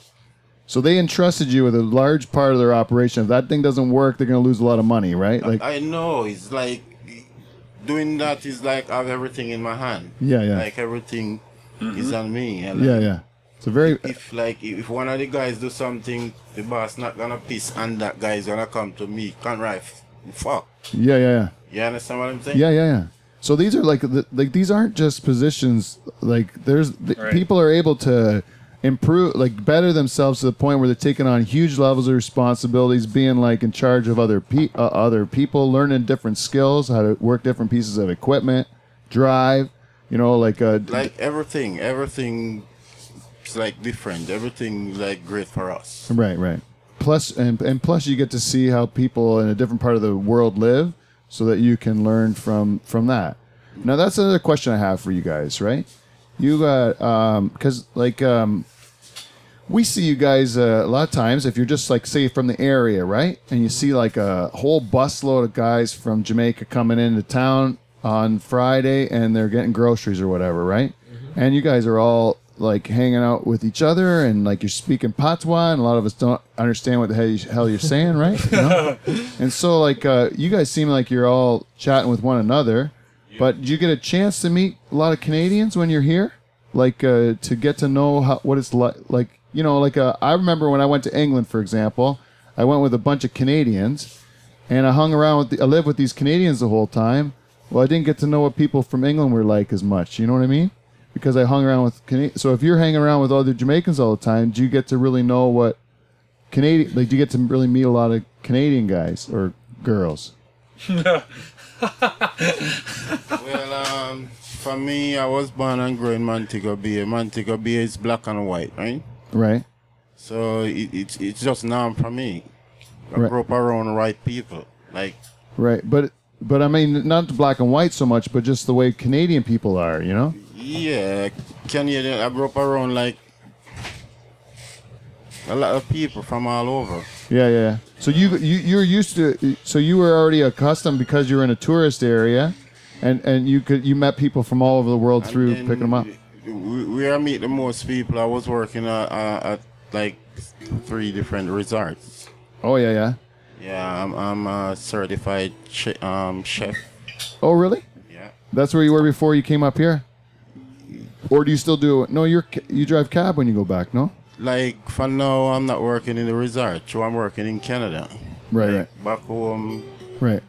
B: So they entrusted you with a large part of their operation. If that thing doesn't work, they're going to lose a lot of money, right? Like,
A: I know it's like doing that is like I have everything in my hand.
B: Yeah, yeah.
A: Like everything is on me. And
B: yeah,
A: like,
B: yeah. It's a very
A: If like if one of the guys do something, the boss not gonna piss, and that guy is gonna come to me. Can't right? Fuck.
B: yeah, yeah, yeah,
A: You understand what I'm saying?
B: yeah, yeah, yeah. So these are like the, like these aren't just positions like there's the,
E: Right.
B: people are able to improve like better themselves to the point where they're taking on huge levels of responsibilities being like in charge of other pe- uh, other people learning different skills how to work different pieces of equipment drive you know like uh, d-
A: Like everything, everything is like different. Everything like great for us.
B: Right, right. Plus, and, and plus, you get to see how people in a different part of the world live, so that you can learn from from that. Now, that's another question I have for you guys, right? You got um, because like um, we see you guys uh, a lot of times if you're just like say from the area, right? And you see like a whole busload of guys from Jamaica coming into town on Friday, and they're getting groceries or whatever, right? And you guys are all like hanging out with each other, and like you're speaking patois, and a lot of us don't understand what the hell, you, hell you're saying, right? You know? and so like uh, you guys seem like you're all chatting with one another. But do you get a chance to meet a lot of Canadians when you're here? Like uh, to get to know how, what it's like. Like you know, like uh, I remember when I went to England, for example, I went with a bunch of Canadians, and I hung around with. The, I lived with these Canadians the whole time. Well, I didn't get to know what people from England were like as much. You know what I mean? Because I hung around with Canadians. So if you're hanging around with other Jamaicans all the time, do you get to really know what Canadian? Like, do you get to really meet a lot of Canadian guys or girls?
A: Well, um, for me, I was born and grown in Montego Bay. Montego Bay is black and white, right?
B: Right.
A: So it, it, it's just norm for me. I
B: Right.
A: grew up around the right people. Like,
B: Right, but but I mean not the black and white so much, but just the way Canadian people are, you know.
A: yeah, Canadian, I grew up around like a lot of people from all over.
B: Yeah, yeah. yeah. So you you you're used to so you were already accustomed because you were in a tourist area, and and you could you met people from all over the world
A: And
B: through
A: then
B: picking them up.
A: w- Where I meet the most people, I was working at, at, at like three different resorts.
B: Oh yeah, yeah.
A: Yeah, I'm, I'm a certified che- um, chef.
B: Oh really?
A: Yeah.
B: That's where you were before you came up here. Or do you still do it? No, you're ca- you drive cab when you go back. No.
A: Like for now, I'm not working in the resort. So I'm working in Canada.
B: Right, right,
A: Back home,
B: right.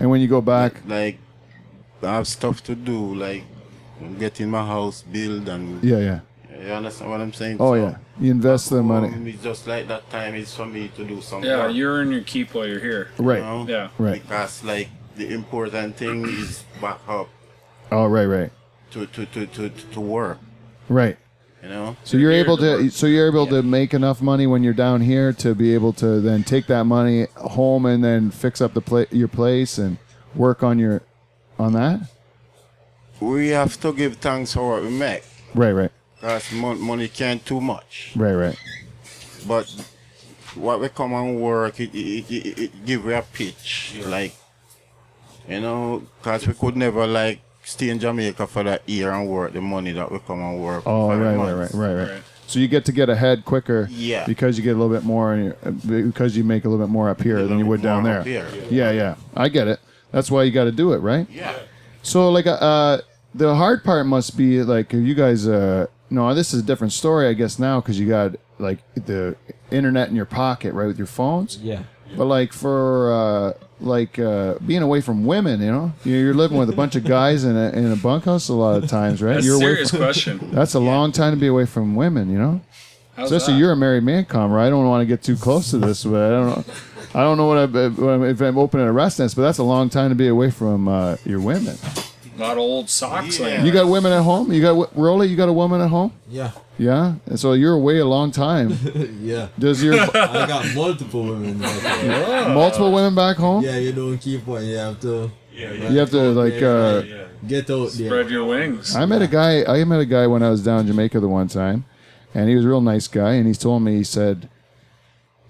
B: And when you go back,
A: like I have stuff to do, like getting my house built and
B: yeah, yeah.
A: you understand what I'm saying?
B: Oh
A: So,
B: yeah, you invest the
A: um,
B: money.
A: It's just like that time is for me to do something.
E: Yeah, you're in your keep while you're here.
B: Right.
E: Yeah.
B: Right.
A: Because like the important thing is back up
B: Oh right, right,
A: to to to to, to work.
B: right.
A: You know.
B: So you're
E: Here
B: able
E: to
B: to
E: work.
B: so you're able to make enough money when you're down here to be able to then take that money home and then fix up the pla- your place and work on your on that.
A: We have to give thanks for what we make.
B: Right, right,
A: Because mon- money can't too much.
B: right, right,
A: But what we come and work, it, it, it, it- it give we a pitch. Like, you know, because we could never, like, stay in Jamaica for that year and work the money that we come and work.
B: Oh,
A: for the
B: right, right, right,
A: months.
B: right, right.
E: Right.
B: So you get to get ahead quicker,
A: Yeah.
B: because you get a little bit more and you because you make a little bit more up here than you
A: little
B: would
A: bit
B: down
A: more
B: there.
A: up here.
B: Yeah, yeah, I get it. That's why you got to do it, right?
A: Yeah.
B: So like uh the hard part must be like you guys uh no this is a different story I guess now cuz you got like the internet in your pocket right with your phones.
G: Yeah.
B: But like for uh like uh being away from women, you know. You're you're living with a bunch of guys in a in a bunkhouse a lot of times, right?
E: That's
B: You're
E: a
B: away *laughs*
E: serious
B: from-
E: question.
B: That's a long time to be away from women, you know.
E: How's
B: Especially
E: that?
B: you're a married man, Comra. I don't want to get too close to this, but I don't know. I don't know what I, what I'm, if I'm opening a rest nest, but that's a long time to be away from uh, your women.
E: A lot of old socks
A: Yeah.
E: laying
B: You got women at home? You got wo- Rolly? You got a woman at home?
G: Yeah.
B: Yeah. And so you're away a long time.
G: Yeah.
B: Does your
G: I got *laughs* multiple women. Like, uh,
B: multiple women back home?
G: yeah, you don't keep what you have to
B: You have to like. Uh,
G: get out there.
E: Spread your wings.
B: I met a guy. I met a guy when I was down in Jamaica the one time, and he was a real nice guy. And he told me he said,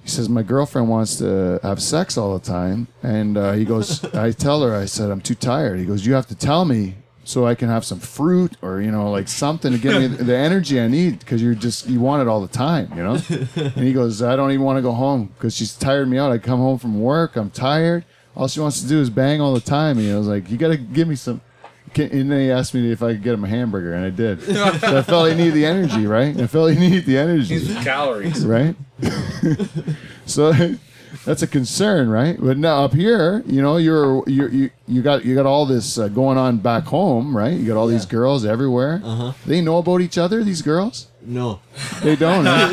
B: he says my girlfriend wants to have sex all the time, and uh, he goes, I tell her, I said I'm too tired. He goes, you have to tell me so I can have some fruit or you know like something to give me the energy I need because you're just you want it all the time, you know. And he goes, I don't even want to go home because she's tired me out. I come home from work, I'm tired. All she wants to do is bang all the time. And I was like, you got to give me some. Can, and then he asked me if I could get him a hamburger, and
G: *laughs*
B: I did. so I felt I needed the energy, *laughs* right? I felt I needed the energy,
E: Calories.
B: right? so, that's a concern, right? But now up here, you know, you're you you you got you got all this uh, going on back home, right? You got all these
G: Yeah.
B: girls everywhere.
G: Uh-huh.
B: They know about each other. These girls,
D: *laughs*
G: No.
B: they
G: *laughs*
B: don't. eh?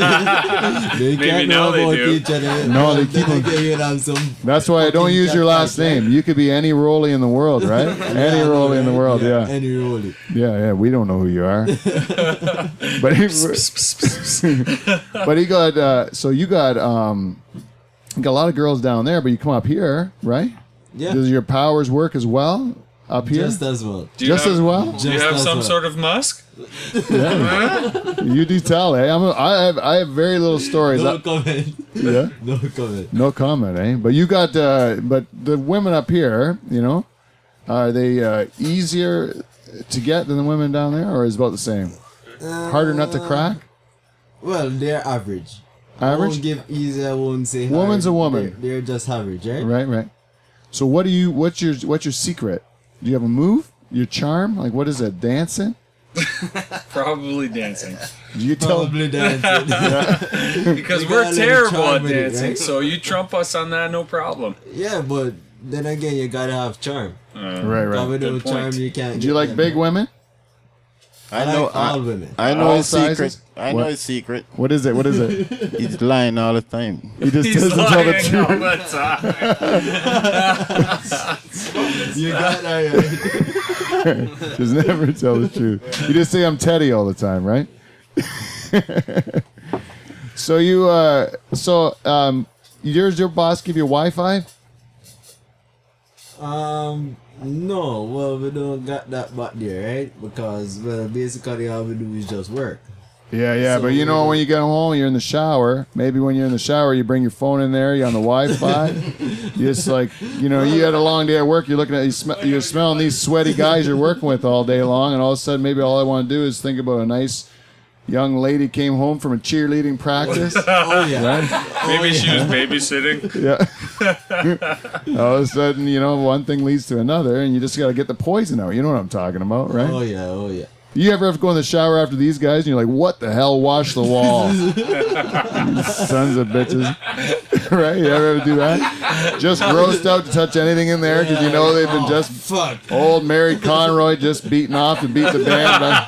G: They can't know
D: now they
G: about
D: do.
G: each other.
B: No, they
G: Then
B: don't.
G: get rid of some.
B: That's why I don't
G: Fucking
B: use your
G: jackpot,
B: last
G: right?
B: name. You could be any Rolly in
G: *laughs*
B: the world, right? any
G: Yeah,
B: Rolly in the
G: right?
B: world, yeah.
G: Any Rolly.
B: Yeah, yeah, we don't know who
G: *laughs*
B: you are. but he, but he got uh, so you got um, you got a lot of girls down there, but you come up here, right?
G: Yeah.
B: Does your powers work as well up here?
G: Just as well.
D: Do you
B: Just
D: have-
B: as well?
D: *laughs* Do you
G: Just
D: have
G: as
D: some
G: well.
D: sort of musk?
B: you do tell, eh? I'm a, I have I have very little stories.
G: No
B: I-
G: comment.
B: yeah.
G: *laughs* No comment.
B: No comment, eh? But you got, uh, but the women up here, you know, are they uh, easier to get than the women down there, or is about the same? Harder nut to crack?
G: Well, they're average. Uh, I won't
B: Average?
G: give easy. I won't say.
B: Woman's
G: hard.
B: a woman.
G: They're, they're just average, right?
B: Right, right. So what do you? What's your? What's your secret? Do you have a move? Your charm? Like what is it? Dancing?
D: Probably
B: *laughs*
D: dancing.
B: Do you tell? *laughs*
G: Probably dancing.
D: Because
G: We
D: we're
G: got a little
D: terrible at
G: charm with it,
D: dancing,
G: right?
D: so you trump us on that, no
B: *laughs*
D: problem.
G: yeah, but then again, you gotta have charm.
B: Right,
G: But
B: right.
G: without
D: good point.
G: charm, you can't.
B: Do you
G: get
B: like
G: them.
B: big women?
A: I
G: I
A: know.
G: like all
A: I,
G: women.
A: I know
B: All
A: his secret.
B: sizes?
A: I
B: What?
A: know his secret.
B: What is it? What
G: *laughs*
B: is it?
A: He's lying all the time.
B: He just
D: He's
B: doesn't tell the
D: lying all
B: truth.
D: the
B: *laughs*
D: time.
G: You got that.
B: Does never *laughs* tell the truth. You just say I'm Teddy all the time, right? *laughs* so you, uh, so um, yours, your boss give you Wi-Fi.
G: Um, no. Well, we don't got that back there, right? Because well, basically, all we do is just work.
B: Yeah, yeah, but
G: So-
B: you know when you get home, you're in the shower. Maybe when you're in the shower, you bring your phone in there. You're on the *laughs* Wi-Fi. you just like you know, you had a long day at work. You're looking at you sm- you're smelling these sweaty guys you're working with all day long, and all of a sudden, maybe all I want to do is think about a nice young lady came home from a cheerleading practice.
G: Oh yeah.
D: Maybe she was babysitting.
B: yeah. all of a sudden, you know, one thing leads to another, and you just got to get the poison out. You know what I'm talking about, right?
G: Oh yeah. Oh yeah.
B: You ever have to go in the shower after these guys and you're like, what the hell? Wash the wall. Sons of bitches. *laughs* right? You ever, ever do that? Just grossed out to touch anything in there because you know they've been just
G: Fuck.
B: old Mary Conroy just beating off to beat the band. I,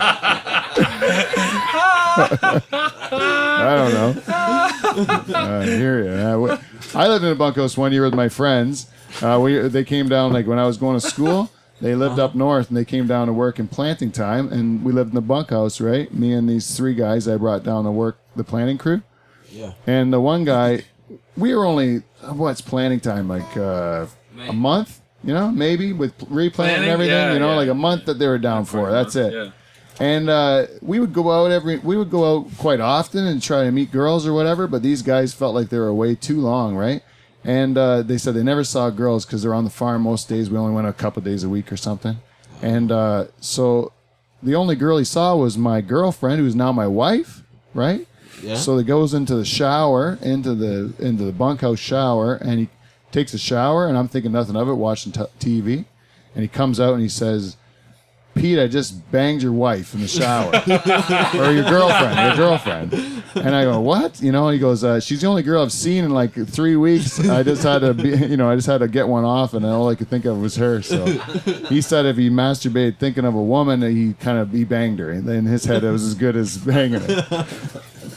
B: I don't know. *laughs* I hear you. I, w- I lived in a bunkhouse one year with my friends. Uh, we they came down like when I was going to school. They lived up north and they came down to work in planting time, and we lived in the bunkhouse, right? Me and these three guys I brought down to work the planting crew,
G: Yeah.
B: and the one guy, we were only what's planting time like uh, a month, you know, maybe with replanting and
D: Planting?
B: everything,
D: Yeah,
B: you know,
D: yeah.
B: like a month that they were down for. That's it.
D: Yeah.
B: And uh, we would go out every we would go out quite often and try to meet girls or whatever. But these guys felt like they were away too long, right? And uh, they said they never saw girls because they're on the farm most days. We only went a couple days a week or something. And uh, so the only girl he saw was my girlfriend, who's now my wife, right?
G: Yeah.
B: So he goes into the shower, into the into the bunkhouse shower, and he takes a shower, and I'm thinking nothing of it, watching t- TV, and he comes out and he says, "Pete, I just banged your wife in the shower, *laughs* or your girlfriend, your girlfriend." And I go, "What?" You know? He goes, uh, "She's the only girl I've seen in like three weeks. I just had to, be, *laughs* you know, I just had to get one off, and all I could think of was her." So he said, if he masturbated thinking of a woman, he kind of he banged her, and in his head, it was as good as banging her.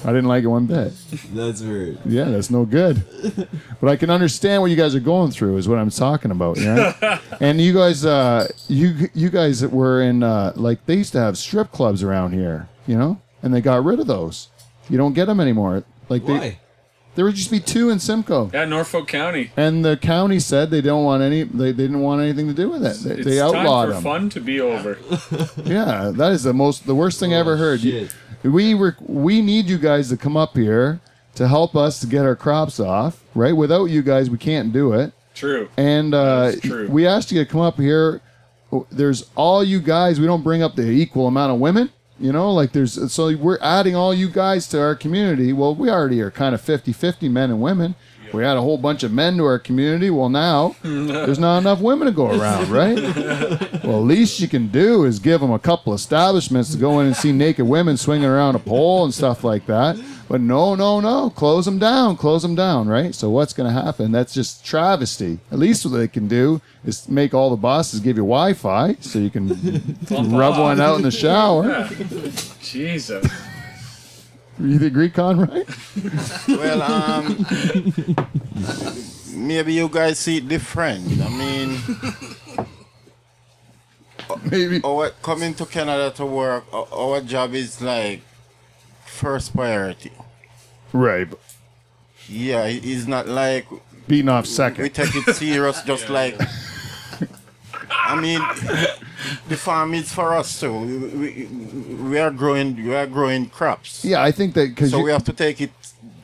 B: I didn't like it one bit.
G: That's weird.
B: Yeah, that's no good. But I can understand what you guys are going through is what I'm talking about.
D: *laughs*
B: Yeah. and you guys, uh, you you guys that were in uh, like they used to have strip clubs around here, you know, and they got rid of those. You don't get them anymore. Like they,
G: Why?
B: there would just be two in Simcoe,
D: Yeah, Norfolk County.
B: and the county said they don't want any. They, they didn't want anything to do with it. They,
D: It's
B: they outlawed
D: time
B: them.
D: for fun to be
B: *laughs*
D: over.
B: Yeah, that is the most the worst thing I ever heard.
G: shit.
B: We were we need you guys to come up here to help us to get our crops off, right? Without you guys, we can't do it.
D: True.
B: And uh,
D: That's true.
B: we asked you to come up here. There's all you guys. We don't bring up the equal amount of women. You know, like there's so we're adding all you guys to our community. Well, we already are kind of 50 50 men and women. We had a whole bunch of men to our community. Well,
D: *laughs*
B: now there's not enough women to go around, right? well, least you can do is give them a couple establishments to go in and see naked women swinging around a pole and stuff like that. But no, no, no, close them down, close them down, right? So what's going to happen? That's just travesty. At least what they can do is make all the bosses give you Wi-Fi so you can rub one out in the shower.
D: Jesus.
B: You agree, Conrad?
A: *laughs* Well, um, maybe you guys see it different. I mean,
B: *laughs* Maybe.
A: our coming to Canada to work, o- our job is like first priority.
B: Right. but
A: Yeah, it- it's not like
B: Beating off
A: we
B: second.
A: take it serious. Just like, I mean, the farm is for us too. We, we, we are growing, we are growing crops.
B: Yeah, I think that because
A: So we have to take it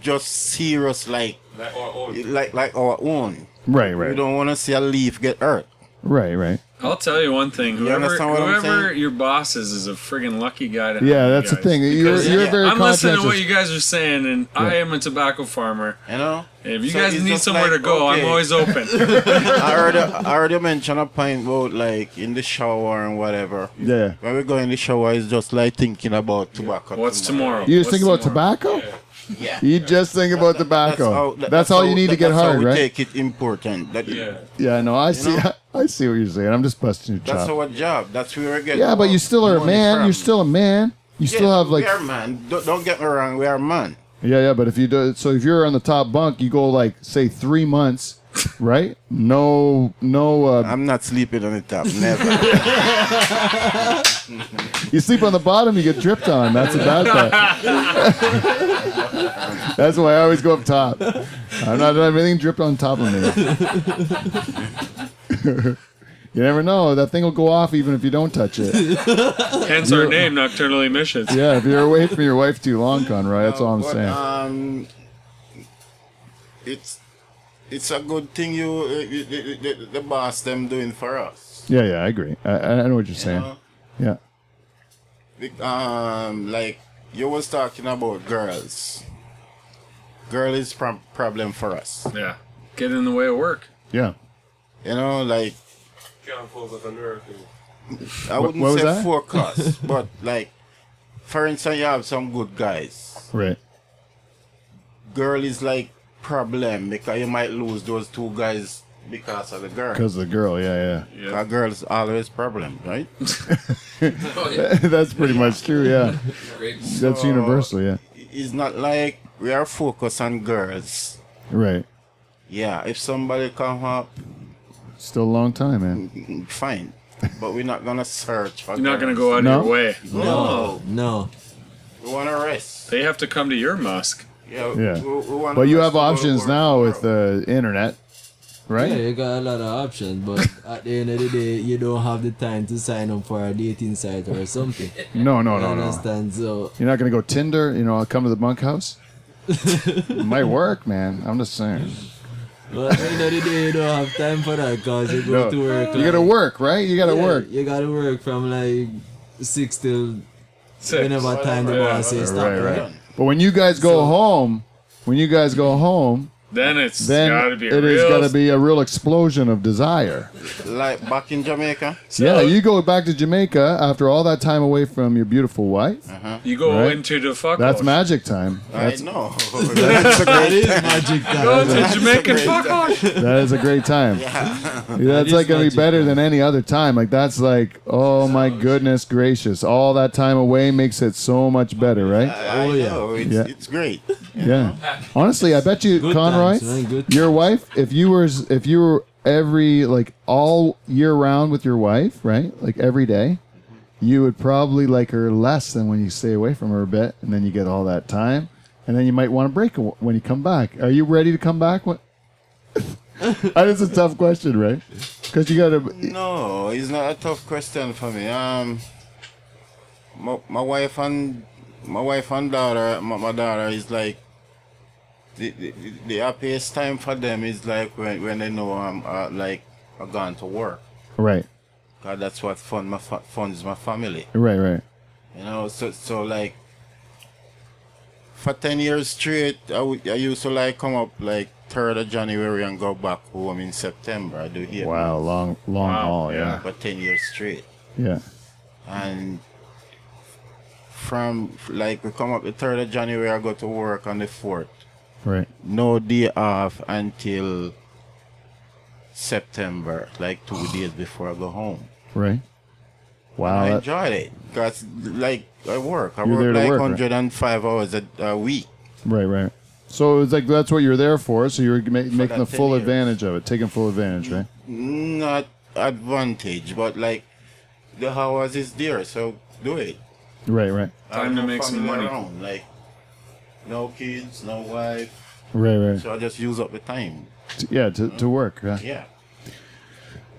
A: just serious, like oh, like like our own.
B: right,
A: We
B: right,
A: don't want to see a leaf get hurt.
B: right, right.
D: I'll tell you one thing. Whoever,
A: understand what I'm
D: whoever
A: saying?
D: your boss is, is a friggin' lucky guy to have.
B: Yeah,
D: you
B: that's the
D: guys.
B: thing. You're,
D: Because
B: you're
A: yeah,
B: very
D: I'm listening to what
B: conscientious.
D: you guys are saying, and I am a tobacco farmer.
A: You know.
D: And if you
A: So
D: guys
A: it's
D: need
A: just
D: somewhere
A: like,
D: to go,
A: okay.
D: I'm always open.
A: *laughs* I
D: *laughs*
A: already I already mentioned a point about like in the shower and whatever.
B: Yeah.
A: When we go in the shower, it's just like thinking about tobacco.
D: What's tomorrow?
B: You just
D: What's
B: think about
D: tomorrow?
B: tobacco? Yeah. You just think about tobacco. That's,
A: that-
B: all
A: how-
B: you need to
A: that-
B: get
A: that's how
B: hard,
A: we
B: right?
A: Take it important. That,
B: Yeah, no, I see.
A: know?
B: *laughs* I see what you're saying. I'm just busting your
A: That's
B: chop.
A: our job. That's where we get.
B: Yeah, but you still are a
A: money
B: man.
A: from.
B: You're still a man. You
A: Yeah,
B: still have like
A: We are man. Don't, don't get me wrong. We are man.
B: yeah, yeah. But if you do, so if you're on the top bunk, you go like say three months, *laughs* right? No, no. Uh,
A: I'm not sleeping on
B: *laughs*
A: the top. Never.
B: you sleep on the bottom, you get dripped on. That's a bad thing. That's why I always go up top. I'm not having anything dripped on top of me. *laughs* you never know. That thing will go off even if you don't touch it.
D: Hence our name, Nocturnal Emissions.
B: Yeah, if you're away from your wife too long, Conroy, that's all I'm
A: But,
B: saying.
A: Um, it's it's a good thing you uh, you- the, the, the- the boss them doing for us.
B: yeah, yeah, I agree. I, I I know what you're saying.
A: know?
B: Yeah.
A: Be- Um, like you was talking about girls. Girl is prob- problem for us.
D: Yeah. Get in the way of work.
B: Yeah.
A: You know, like
C: Counterpose of America.
A: I
B: Wha-
A: wouldn't
B: what was
A: say
B: that? *laughs*
A: focus, but like for instance, you have some good guys.
B: Right.
A: Girl is like problem because you might lose those two guys because of the girl.
B: Because of the girl. Yeah,
A: A girl's always problem, right?
C: Oh,
B: yeah.
C: yeah.
B: *laughs* that's pretty much true. Yeah.
C: Great.
B: That's
A: So-
B: universal. Yeah.
A: it's not like we are focused on girls.
B: Right.
A: Yeah, if somebody come up,
B: Still a long time, man.
A: fine. But we're not gonna search for.
D: *laughs* You're not going to go
A: girls.
D: out
B: No?
D: of your way.
A: No,
G: No.
A: we wanna rest.
D: They have to come to your mosque.
A: Yeah,
B: Yeah.
A: We, we wanna
B: But you
A: rest
B: have
A: to go to
B: options
A: work
B: now with
A: tomorrow.
B: the internet,
G: Yeah,
B: right?
G: you got a lot of options, but at the end of the day, you don't have the time to sign up for a dating site or
B: *laughs*
G: something.
B: No, no,
G: You
B: no, no.
G: understand? So
B: You're not going to go Tinder, you know, I'll come to the bunkhouse? Might work, man. I'm just saying.
G: Well, at the end of the day, you don't have time for that because you go
B: No.
G: to work.
B: You got to
G: like-
B: work, right? You got to
G: Yeah,
B: work.
G: You gotta work from like six till
D: Six.
G: whenever time the boss says stop.
B: Right, right.
G: right?
B: But when you guys go home, when you guys go home,
D: Then it's
B: then
D: got to be a
B: it
D: real
B: is going to be a real explosion of desire.
A: Like back in Jamaica,
B: yeah, you go back to Jamaica after all that time away from your beautiful wife.
D: You go
B: Right.
D: into the fuck
B: That's
D: off.
B: magic time. That's,
A: I
B: *laughs*
A: know. *laughs* That's a
G: That
A: great-
G: is magic
D: Go
G: time.
D: to Oh, Jamaican fuck
B: *laughs*
D: off.
B: that is a great time. That's
G: is
B: like going to
G: magic
B: be better
G: time.
B: than any other time. Like that's like, oh my goodness gracious, all that time away makes it so much better, right?
A: I
G: Oh, yeah.
A: know. It's,
B: Yeah.
A: it's great.
B: Yeah. Honestly, I bet you,
G: Good
B: Conroy,
G: times, man, good
B: your wife, if you were, if you were every like all year round with your wife, right? Like every day, you would probably like her less than when you stay away from her a bit, and then you get all that time, and then you might want to break w- when you come back. Are you ready to come back? *laughs* What? That's a tough question, right? Because you got to.
A: No, it's not a tough question for me. Um, my, my wife and my wife and daughter, my, my daughter is like the, the the happiest time for them is like when when they know I'm uh, like I gone to work.
B: Right,
A: 'Cause that's what fund my fa- funds my family.
B: right, right.
A: You know, so so like for ten years straight, I would- I used to like come up like third of January and go back home in September. I do here.
B: Wow, long long
D: Wow,
B: haul. Yeah,
A: For ten years straight,
B: yeah.
A: and from like we come up the third of January, I go to work on the fourth.
B: Right.
A: No day off until September, like
B: *sighs*
A: two days before I go home.
B: Right. Wow.
A: I
B: that-
A: enjoyed it because, like, I work. I
B: Uh, You're there
A: work
B: to
A: like
B: work, right?
A: 105 hours a, a week.
B: right. Right. So it's like that's what you're there for. So you're ma- making
A: that
B: the
A: 10
B: full
A: years.
B: advantage of it, taking full advantage, right?
A: Not advantage, but like the hours is there, so do it.
B: Right. Right.
A: I have
D: Time to
A: no
D: make some
A: family
D: money.
A: Around. Like, no kids, no wife,
B: Right. Right.
A: so I just use up the time.
B: T- yeah. To, to work. Yeah.
A: Yeah.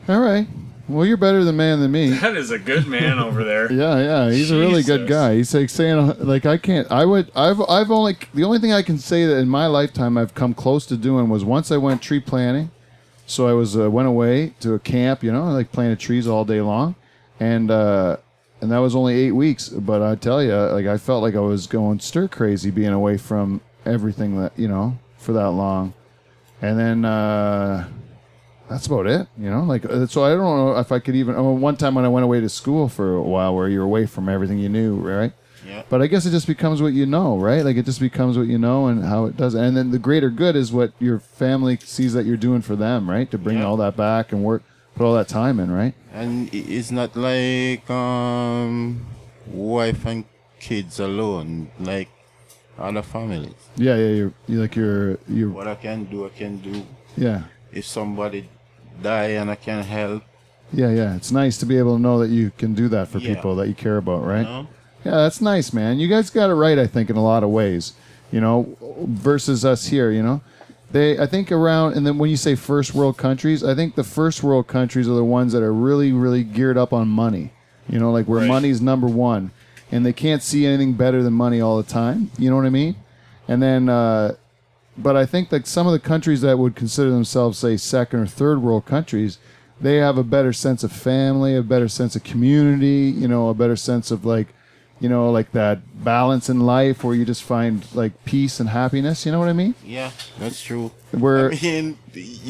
B: All right. Well, you're better than man than me.
D: That is a good man over there.
B: Yeah, yeah, he's a really good
D: Jesus.
B: guy. He's like saying, like I can't. I would. I've. I've only. The only thing I can say that in my lifetime I've come close to doing was once I went tree planting. So I was uh, went away to a camp, you know, I like planted trees all day long, and uh, and that was only eight weeks. But I tell you, like I felt like I was going stir crazy being away from everything that you know for that long, and then. uh that's about it, you know. Like, uh, so I don't know if I could even. Oh, one time when I went away to school for a while, where you're away from everything you knew, right?
A: Yeah.
B: But I guess it just becomes what you know, right? Like it just becomes what you know and how it does. it. And then the greater good is what your family sees that you're doing for them, right? To bring
A: Yeah.
B: all that back and work, put all that time in, right?
A: And i- it's not like um, wife and kids alone, like other families.
B: Yeah, yeah. You're, you like you're you're
A: What I can do, I can do.
B: yeah,
A: if somebody die and I can help,
B: yeah, yeah. It's nice to be able to know that you can do that for
A: Yeah.
B: people that you care about, right?
A: you know?
B: Yeah, that's nice, man. You guys got it right, I think, in a lot of ways. You know, versus us here. You know, they. I think around, and then when you say first world countries, I think the first world countries are the ones that are really, really geared up on money. You know, like where
E: Right.
B: money's number one, and they can't see anything better than money all the time. You know what I mean? And then, uh, but I think that some of the countries that would consider themselves, say, second or third world countries, they have a better sense of family, a better sense of community, you know, a better sense of like, you know, like that balance in life where you just find like peace and happiness. You know what I mean?
A: Yeah, that's true.
B: Where,
A: I mean,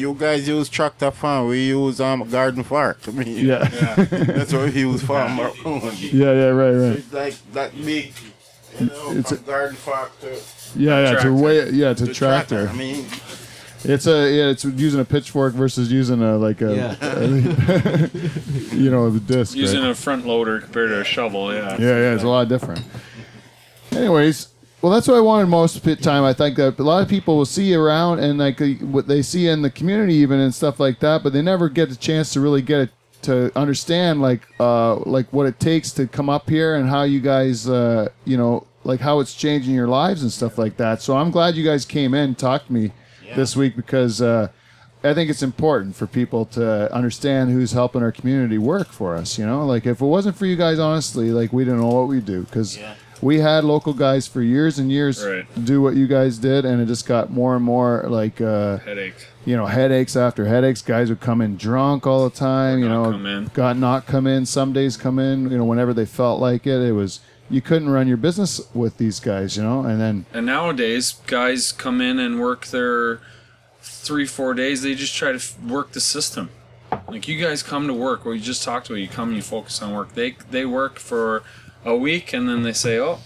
A: you guys use tractor farm. We use um garden fork. I mean,
B: *laughs* yeah, yeah,
A: *laughs* that's what we use farm
B: *laughs*
A: our own.
B: yeah, right, right,
A: It's like that big, you know,
B: It's
A: from
B: a-
A: garden fork to
B: yeah, yeah. To
D: Tractor.
B: way, yeah, to
A: the
B: tractor.
A: I mean,
B: It's a yeah. It's using a pitchfork versus using a like a, you know, the disc. right?
E: Using a front loader compared to a shovel, yeah.
B: Yeah, yeah, it's a lot different. Anyways, well, that's what I wanted most of the time. I think that a lot of people will see you around and like uh, what they see in the community, even and stuff like that, but they never get the chance to really get it to understand like uh like what it takes to come up here and how you guys uh you know like how it's changing your lives and stuff like that. So I'm glad you guys came in and talked to me this week because uh I think it's important for people to understand who's helping our community work for us. You know, like if it wasn't for you guys, honestly, like we didn't know what we do because
A: Yeah.
B: we had local guys for years and years
E: Right.
B: do what you guys did, and it just got more and more like uh,
E: Headache.
B: you know headaches after headaches. Guys would come in drunk all the time. you
E: not
B: know,
E: come in.
B: got not come in. Some days come in. You know, whenever they felt like it, it was you couldn't run your business with these guys. You know, and then
E: And nowadays, guys come in and work their three, four days. They just try to f- work the system. Like you guys come to work. We just talked about. You come and you focus on work. They they work for a week and then they say, "Oh,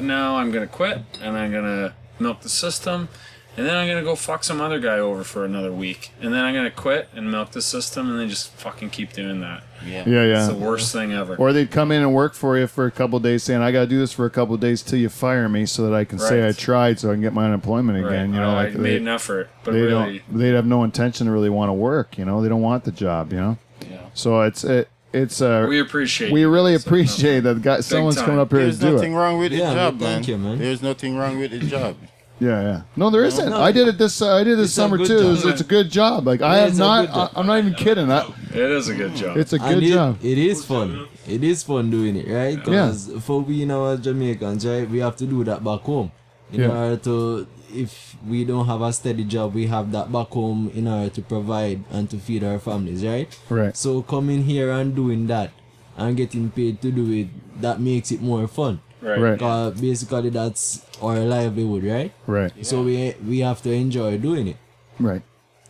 E: now I'm gonna quit and I'm gonna milk the system, and then I'm gonna go fuck some other guy over for another week, and then I'm gonna quit and milk the system, and they just fucking keep doing that.
A: yeah,
B: yeah, yeah,
E: It's the worst thing ever.
B: Or they'd come in and work for you for a couple of days, saying, "I got to do this for a couple of days till you fire me, so that I can say
E: Right.
B: I tried, so I can get my unemployment
E: Right.
B: again." You know,
E: I,
B: like
E: I
B: they,
E: made an effort, but
B: they
E: really,
B: don't, they'd have no intention to really want to work. You know, they don't want the job. You know,
A: yeah.
B: so it's it, it's uh,
E: we
B: we,
E: appreciate. you
B: really
E: guys.
B: appreciate that guy, someone's
E: time.
B: coming up here
A: There's
B: to do
A: nothing
B: it.
A: wrong with the
G: Yeah,
A: job,
G: but thank
A: man.
G: you, man.
A: There's nothing wrong with the job.
B: Yeah, yeah. No, there isn't.
G: no.
B: I did it this uh, I did this
G: It's a
B: summer
G: good
B: too.
G: job.
B: It's, it's a good job. Like I
G: It
B: am
G: is a
B: not.
G: good job.
B: I, am not even kidding. I,
E: It is a good job.
B: it's a
G: And
B: good
G: it-
B: job.
G: It is fun. It is fun doing it, right?
B: Yeah.
G: Because for we in our Jamaicans, right, we have to do that back home. In
B: Yeah.
G: order to, if we don't have a steady job, we have that back home in order to provide and to feed our families, right?
B: Right.
G: So coming here and doing that and getting paid to do it, that makes it more fun.
E: Right.
B: Right.
G: Uh, basically, that's our livelihood, right?
B: Right.
G: So we we have to enjoy doing it.
B: Right.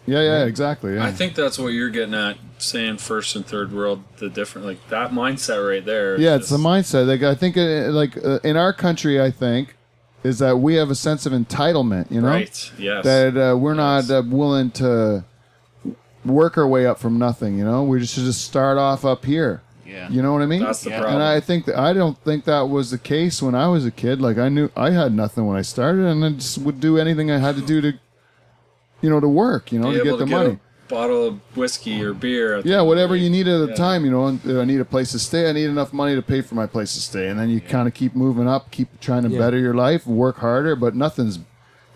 B: Yeah. Yeah. Exactly. Yeah.
E: I think that's what you're getting at, saying first and third world, the different, like that mindset right there. is
B: yeah, it's the
E: just-
B: mindset. Like I think, uh, like uh, in our country, I think is that we have a sense of entitlement. You know,
E: Right. Yes.
B: that uh, we're
E: Yes.
B: not uh, willing to work our way up from nothing. You know, we just should just start off up here.
A: Yeah.
B: You know what I mean?
E: That's the
A: Yeah.
E: problem.
B: and I think that I don't think that was the case when I was a kid. Like I knew I had nothing when I started, and I just would do anything I had to do to, you know, to work. You know,
E: Be
B: to get
E: able
B: the
E: a
B: money.
E: bottle of whiskey or beer. at the
B: Yeah,
E: end of
B: whatever
E: the
B: you
E: week.
B: need at the
E: Yeah.
B: time, you know. And uh, I need a place to stay. I need enough money to pay for my place to stay, and then you kind of keep moving up, keep trying to
G: Yeah.
B: better your life, work harder. But nothing's,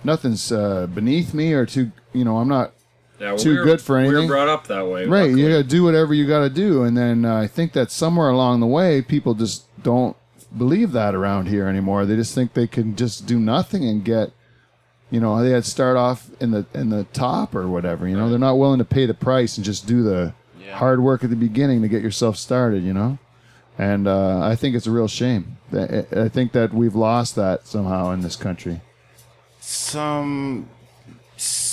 B: nothing's uh, beneath me or too. You know, I'm not
E: Yeah, well,
B: Too
E: we were-
B: good for
E: We were
B: anything.
E: brought up that way.
B: right.
E: luckily.
B: You got to do whatever you got to do, and then uh, I think that somewhere along the way, people just don't believe that around here anymore. They just think they can just do nothing and get. You know, they had to start off in the in the top or whatever. You know, they're not willing to pay the price and just do the
A: Yeah.
B: hard work at the beginning to get yourself started. You know, and uh, I think it's a real shame. That- I I think that we've lost that somehow in this country.
A: some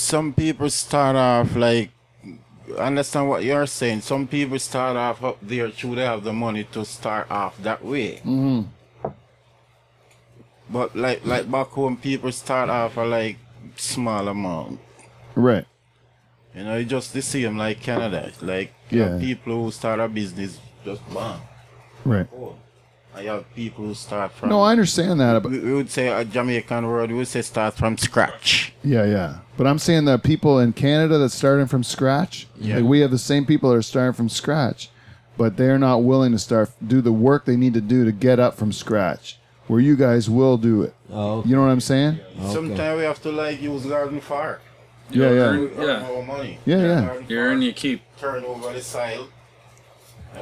A: some people start off like understand what you're saying some people start off up there should have the money to start off that way mm-hmm. but like like back home people start off a like small amount
B: Right.
A: you know it's just the same like canada like you have
B: Yeah.
A: people who start a business just bam
B: Right.
A: i have people who start from
B: No, I understand that. But
A: we, we would say a jamaican word we would say start from scratch
B: Yeah, yeah. But I'm saying that people in Canada that starting from scratch,
A: Yeah.
B: like we have the same people that are starting from scratch, but they're not willing to start do the work they need to do to get up from scratch. Where you guys will do it.
G: Oh, okay.
B: You know what I'm saying?
A: Sometimes we have to like use garden fire.
B: Yeah, yeah.
E: earn-
A: We earn
E: Yeah.
A: our money.
B: Yeah, yeah.
A: Garden
E: You earn,
A: fork,
E: you keep.
A: turn over the soil.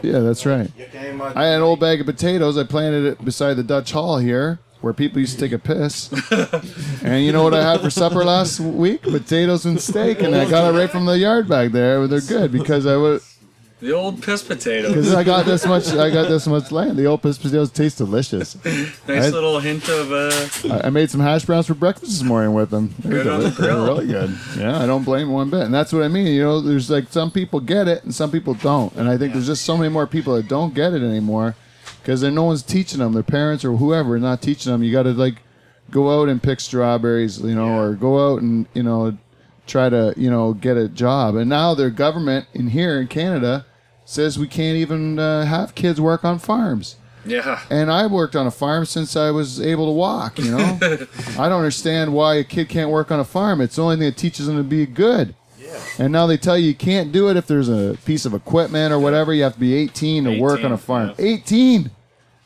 B: Yeah, that's right.
A: You can imagine.
B: I had an old bag of potatoes. I planted it beside the Dutch Hall here, where people used to take a piss. and you know what I had for supper last week? Potatoes and steak. And I got it right from the yard back there. They're good because I would.
E: The old piss potato.
B: Because I got this much, I got this much land. The old piss potatoes taste delicious.
E: Nice
B: I-
E: little hint of uh,
B: I, I made some hash browns for breakfast this morning with them. They're
E: Good on the
B: deli- they're
E: grill.
B: really good. Yeah, I don't blame one bit. And that's what I mean. You know, there's like some people get it and some people don't. And I think there's just so many more people that don't get it anymore because no one's teaching them. Their parents or whoever is not teaching them. You got to like go out and pick strawberries, you know, or go out and you know try to you know get a job. And now their government in here in Canada says we can't even uh, have kids work on farms
E: yeah.
B: and I worked on a farm since I was able to walk. You *laughs* know, I don't understand why a kid can't work on a farm. It's the only thing that teaches them to be good. And now they tell you you can't do it if there's a piece of equipment or whatever. You have to be 18 to work
E: 18,
B: on a farm.
E: yeah.
B: 18.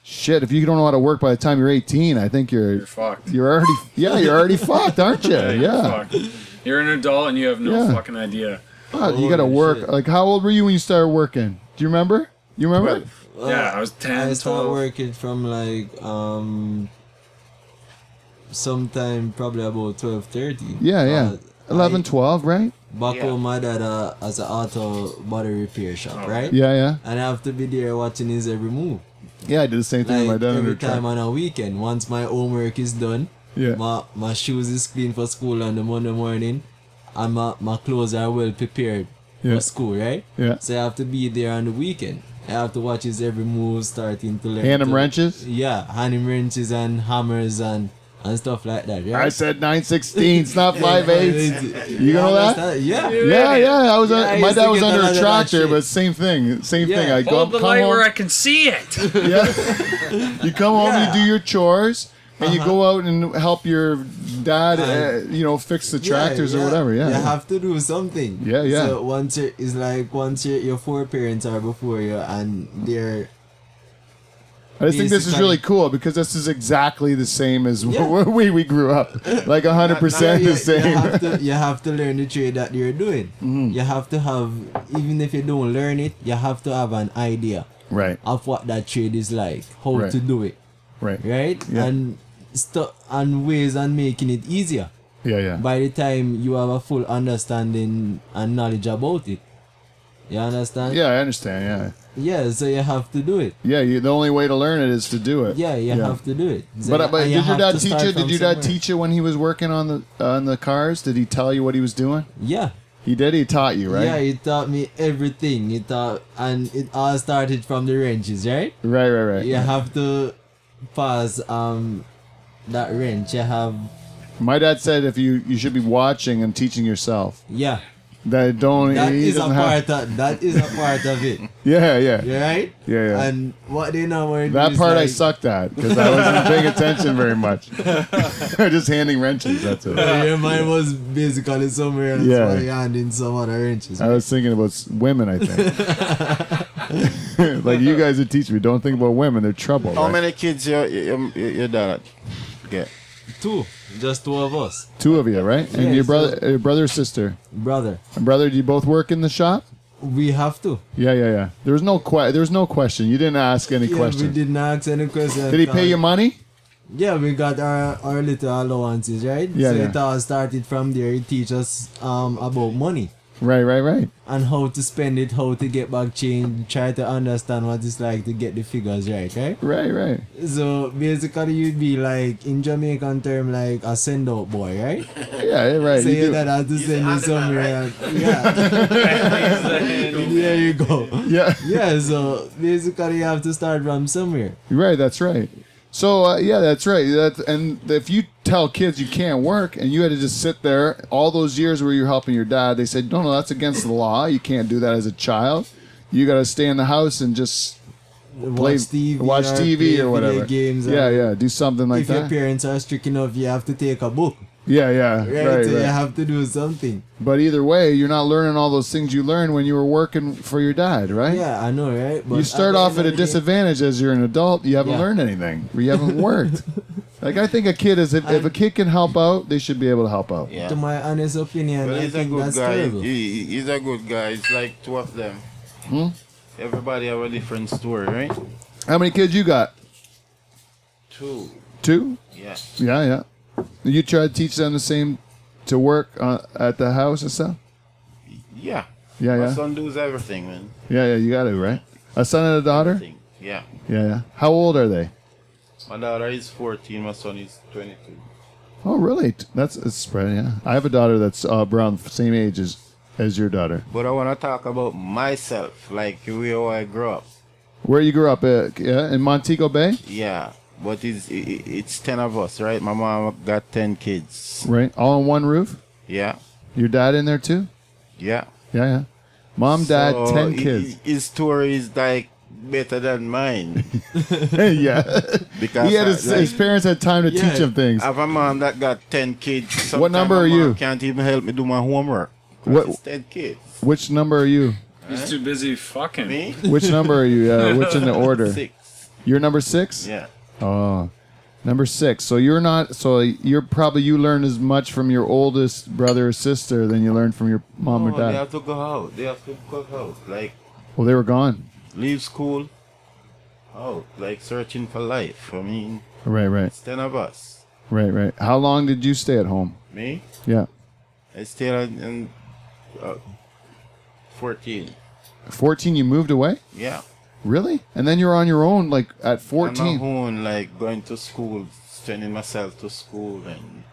B: Shit, if you don't know how to work by the time you're 18, I think you're
E: You're fucked.
B: you're already yeah you're *laughs* already fucked, aren't you? Yeah,
E: Fuck. You're an adult and you have no
B: Yeah.
E: fucking idea.
B: Fuck, you got to
G: Holy
B: work.
G: shit.
B: Like how old were you when you started working? Do you remember? You remember?
G: Uh,
E: yeah, I was 10,
G: I started
E: 12.
G: working from like um sometime probably about twelve thirty.
B: Yeah, yeah.
G: Uh,
B: 11,
G: I-
B: 12, right?
G: Back
A: Yeah.
G: home, my dad uh, has an auto body repair shop,
E: Oh.
G: right?
B: Yeah, yeah.
G: And I have to be there watching his every move.
B: Yeah, I did the same thing
G: Like
B: with my dad. under
G: every
B: a truck.
G: time on a weekend, once my homework is done,
B: Yeah.
G: my my shoes is clean for school on the Monday morning, and my, my clothes are well prepared
B: Yeah.
G: for school, right?
B: Yeah.
G: So I have to be there on the weekend. I have to watch his every move, starting to learn.
B: Hand him
G: to-
B: wrenches.
G: Yeah, hand him wrenches and hammers and and stuff like that.
B: I
G: Right?
B: said nine sixteen. It's
G: *laughs*
B: not five eight. You know that?
G: understand? Yeah.
B: Yeah, yeah. I was. uh,
G: Yeah, I
B: my
G: used to
B: dad was
G: get
B: under
G: that
B: a
G: under that
B: tractor,
G: shit.
B: but same thing. Same
G: Yeah.
B: thing. I go
E: Hold the
B: come
E: light where
B: home.
E: I can see it.
B: yeah. you come home.
G: Yeah.
B: You do your chores. And
G: Uh-huh.
B: you go out and help your dad,
G: I-
B: uh, you know, fix the
G: Uh-huh. Yeah,
B: tractors or
G: yeah.
B: whatever. Yeah,
G: You
B: yeah.
G: have to do something.
B: Yeah, yeah.
G: So once you're, it's like once your your foreparents are before you and
B: *laughs*
G: they're
B: I just think this is
G: basically-
B: really cool because this is exactly the same as *laughs*
G: Yeah.
B: where we, we grew up, like hundred percent
G: you,
B: the
G: You
B: same.
G: *laughs*
B: *laughs* Mm-hmm.
G: have, to, you have to learn the trade that you're doing. You have to have even if you don't learn it, you have to have an idea
B: Right,
G: of what that trade is like, how
B: Right.
G: to do it,
B: right,
G: right?
B: Yeah.
G: And stuff and ways on making it easier.
B: yeah, yeah,
G: By the time you have a full understanding and knowledge about it. You understand?
B: Yeah, I understand. Yeah,
G: Yeah, so you have to do it.
B: yeah. You, the only way to learn it is to do it.
G: Yeah, you have to do it. So
B: But,
G: you-
B: but
G: and you
B: did your
G: have
B: dad
G: to
B: teach
G: start
B: you?
G: from
B: Did your dad
G: somewhere.
B: teach you when he was working on the on the cars? Did he tell you what he was doing?
G: Yeah.
B: He did. He taught you, right?
G: Yeah, he taught me everything. He taught, and it all started from the wrenches, right?
B: Right, right, right.
G: You have to pass um that wrench. You have
B: My dad said if you you should be watching and teaching yourself.
G: yeah.
B: That don't.
G: That
B: he
G: is a
B: doesn't have-
G: part of that is a part of it.
B: Yeah, yeah.
G: You right?
B: *laughs* Yeah, yeah.
G: And what they normally do
B: That
G: is
B: part I
G: like-
B: sucked at because I wasn't paying attention very
G: *laughs*
B: much. *laughs* Just handing wrenches. That's it.
G: Yeah, mine was basically somewhere else
B: Yeah. Uh,
G: yeah. while you handing some other wrenches.
B: I was thinking about s- women. I think. *laughs* like you guys would teach me, don't think about women. They're trouble.
A: How
B: right?
A: many kids your your, your your dad get?
G: Two, just two of us,
B: Two of you, right? And
G: Yeah,
B: your
G: so-
B: brother, your brother, or sister,
G: brother.
B: and brother. Do you both work in the shop?
G: We have to.
B: Yeah, yeah, yeah. There was no que- There was no question. You didn't ask any
G: Yeah,
B: question.
G: we
B: Did,
G: didn't ask any questions.
B: he pay you money?
G: Yeah, we got our, our little allowances, right?
B: Yeah,
G: so
B: yeah.
G: it all started from there. He teach us um, about money
B: Right, right, right.
G: and how to spend it, how to get back change, try to understand what it's like to get the figures right, right?
B: Right, right.
G: So basically, you'd be like, in Jamaican term, like a send out boy, right?
B: Yeah, yeah, right.
G: So
B: You
G: your
B: do-
G: dad has to send you somewhere. and- Yeah,
A: *laughs*
G: there you go.
B: Yeah,
G: Yeah, so basically, you have to start from somewhere.
B: you're right. That's right. So uh, yeah, that's right. That's and if you tell kids you can't work and you had to just sit there all those years where you're helping your dad, they said, no, no, that's against the law. You can't do that as a child. You got to stay in the house and just play,
G: watch TV,
B: watch
G: or
B: TV
G: play
B: or whatever.
G: video Games. or-
B: yeah, yeah. Do something like
G: if your
B: that.
G: parents are strict enough, you have to take a book.
B: yeah, yeah.
G: Right,
B: right,
G: so
B: right.
G: you have to do something.
B: But either way, you're not learning all those things you learned when you were working for your dad, right?
G: Yeah, I know, right? But
B: You start
G: the
B: off
G: end
B: at
G: of the
B: a
G: day-
B: disadvantage as you're an adult. You haven't
G: Yeah.
B: learned anything. You
G: *laughs*
B: haven't worked. like I think a kid is if, if a kid can help out, they should be able to help out.
A: Yeah.
G: To my honest opinion,
A: Well,
G: I
A: he's a
G: think
A: good
G: that's
A: guy.
G: terrible.
A: He, he's a good guy. It's like two of them.
B: Hmm?
A: Everybody have a different story, right?
B: How many kids you got?
A: Two.
B: Two?
A: Yeah.
B: Yeah, yeah. You try to teach them the same to work uh, at the house and stuff.
A: Yeah.
B: Yeah,
A: My
B: yeah,
A: son does everything, man.
B: yeah, yeah. You got to right. A son and a daughter.
A: Thing. Yeah.
B: Yeah, yeah. How old are they?
A: My daughter is 14. My son is 22.
B: Oh, really? That's it's spread. Yeah, I have a daughter that's uh, around the same age as as your daughter.
A: But I want to talk about myself, like where I grew up.
B: Where you grew up? Uh, yeah, in Montego Bay,
A: Yeah. But it's i- i- it's 10 of us, right? My mom got 10 kids.
B: right? All on one roof.
A: Yeah.
B: Your dad in there too?
A: Yeah.
B: Yeah, yeah. Mom, dad,
A: So
B: ten
A: hi- *laughs*
B: kids.
A: His story is like better than
B: *laughs*
A: mine
B: yeah,
A: because
B: he had
A: I-
B: his,
A: like,
B: his parents had time to
G: Yeah.
B: teach him things.
A: I have a mom that got ten kids. Sometimes
B: What number
A: my
B: are
A: mom
B: you?
A: Can't even help me do my homework.
B: What-
A: What? It's ten kids.
B: Which number are you?
E: He's too busy fucking.
A: Me? *laughs*
B: Which number are you? Yeah, which in the order?
A: Six.
B: You're number six.
A: Yeah.
B: Oh, number six. So you're not. So you're probably you learned as much from your oldest brother or sister than you learned from your mom
A: No,
B: or dad.
A: Oh, they have to go out. They have to go out. Like
B: Well, they were gone.
A: leave school. Out. Like searching for life. I mean,
B: Right, right,
A: it's ten of us.
B: right, right. How long did you stay at home?
A: Me?
B: Yeah,
A: I stayed on, on uh, fourteen.
B: fourteen. You moved away.
A: Yeah.
B: Really? And then you're on your own, like at
A: On my
B: fourteen.
A: own, like going to school, sending myself to school, and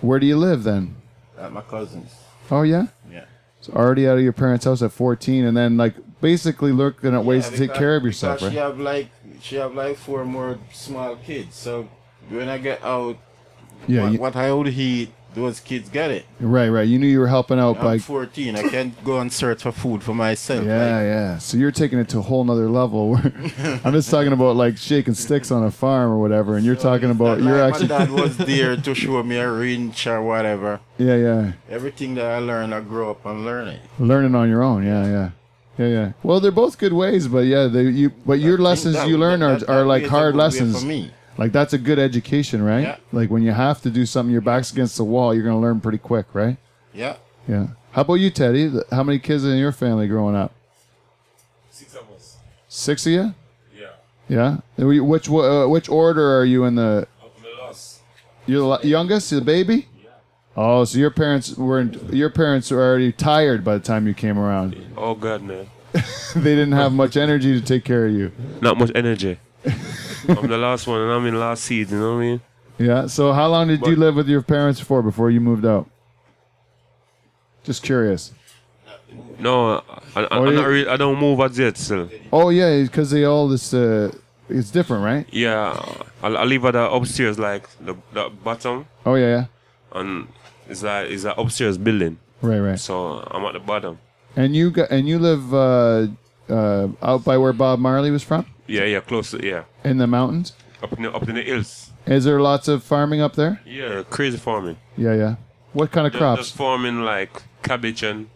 B: Where do you live then?
A: at my cousins.
B: Oh yeah,
A: Yeah.
B: it's already out of your parents' house at fourteen, and then like basically looking at ways
A: Yeah,
B: to take
A: because-
B: care of yourself,
A: because
B: right?
A: She have like she have like four more small kids. So when I get out,
B: yeah,
A: what,
B: you,
A: what I would eat, those kids get it.
B: right, right. You knew you were helping out
A: I'm
B: by.
A: 14. I can't go and search for food for myself.
B: Yeah,
A: like,
B: yeah. So you're taking it to a whole nother level.
A: *laughs*
B: I'm just talking about like shaking sticks on a farm or whatever, and you're talking
A: not
B: about you're
A: like
B: actually.
A: My dad was there to show me a wrench or whatever.
B: *laughs* Yeah, yeah.
A: Everything that I learned, I grew up and learning.
B: Learning on your own. Yeah, yeah. Yeah, yeah. Well, they're both good ways, but yeah, they, you but your lessons you learn are, are like hard lessons.
A: For me.
B: Like that's a good education, right?
A: Yeah.
B: Like when you have to do something, your back's against the wall, you're gonna learn pretty quick, right?
A: Yeah.
B: Yeah. How about you, Teddy? Th- How many kids in your family growing up?
C: Six of us.
B: Six of you?
C: Yeah.
B: Yeah. And we- Which wa- uh, which order are you in the?
C: Up in the loss.
B: You're the la- youngest, you're the baby. Oh, so your parents were in, your parents were already tired by the time you came around. *laughs*
C: Oh God, man.
B: they didn't have much energy to take care of you.
H: Not much
B: *laughs*
H: energy. I'm the last one, and I'm in last seed. You know what I mean?
B: Yeah. So how long did you
H: But-
B: live with your parents for before you moved out? Just curious.
H: No, I, I,
B: Or
H: I'm
B: you-
H: not re- I don't move as yet. Still,
B: Oh yeah, because they all this. Uh, it's different, right?
H: yeah, I, I live at the upstairs, like the, the bottom,
B: Oh yeah, yeah.
H: and it's like it's an upstairs building.
B: Right, right.
H: So I'm at the bottom.
B: And you got and you live uh, uh, out by where Bob Marley was from
H: Yeah, yeah, close. to- Yeah,
B: in the mountains.
H: up in the, up in the hills.
B: Is there lots of farming up there?
H: Yeah, crazy farming.
B: Yeah, yeah. What kind of
H: Ju- Just
B: crops?
H: farming like cabbage and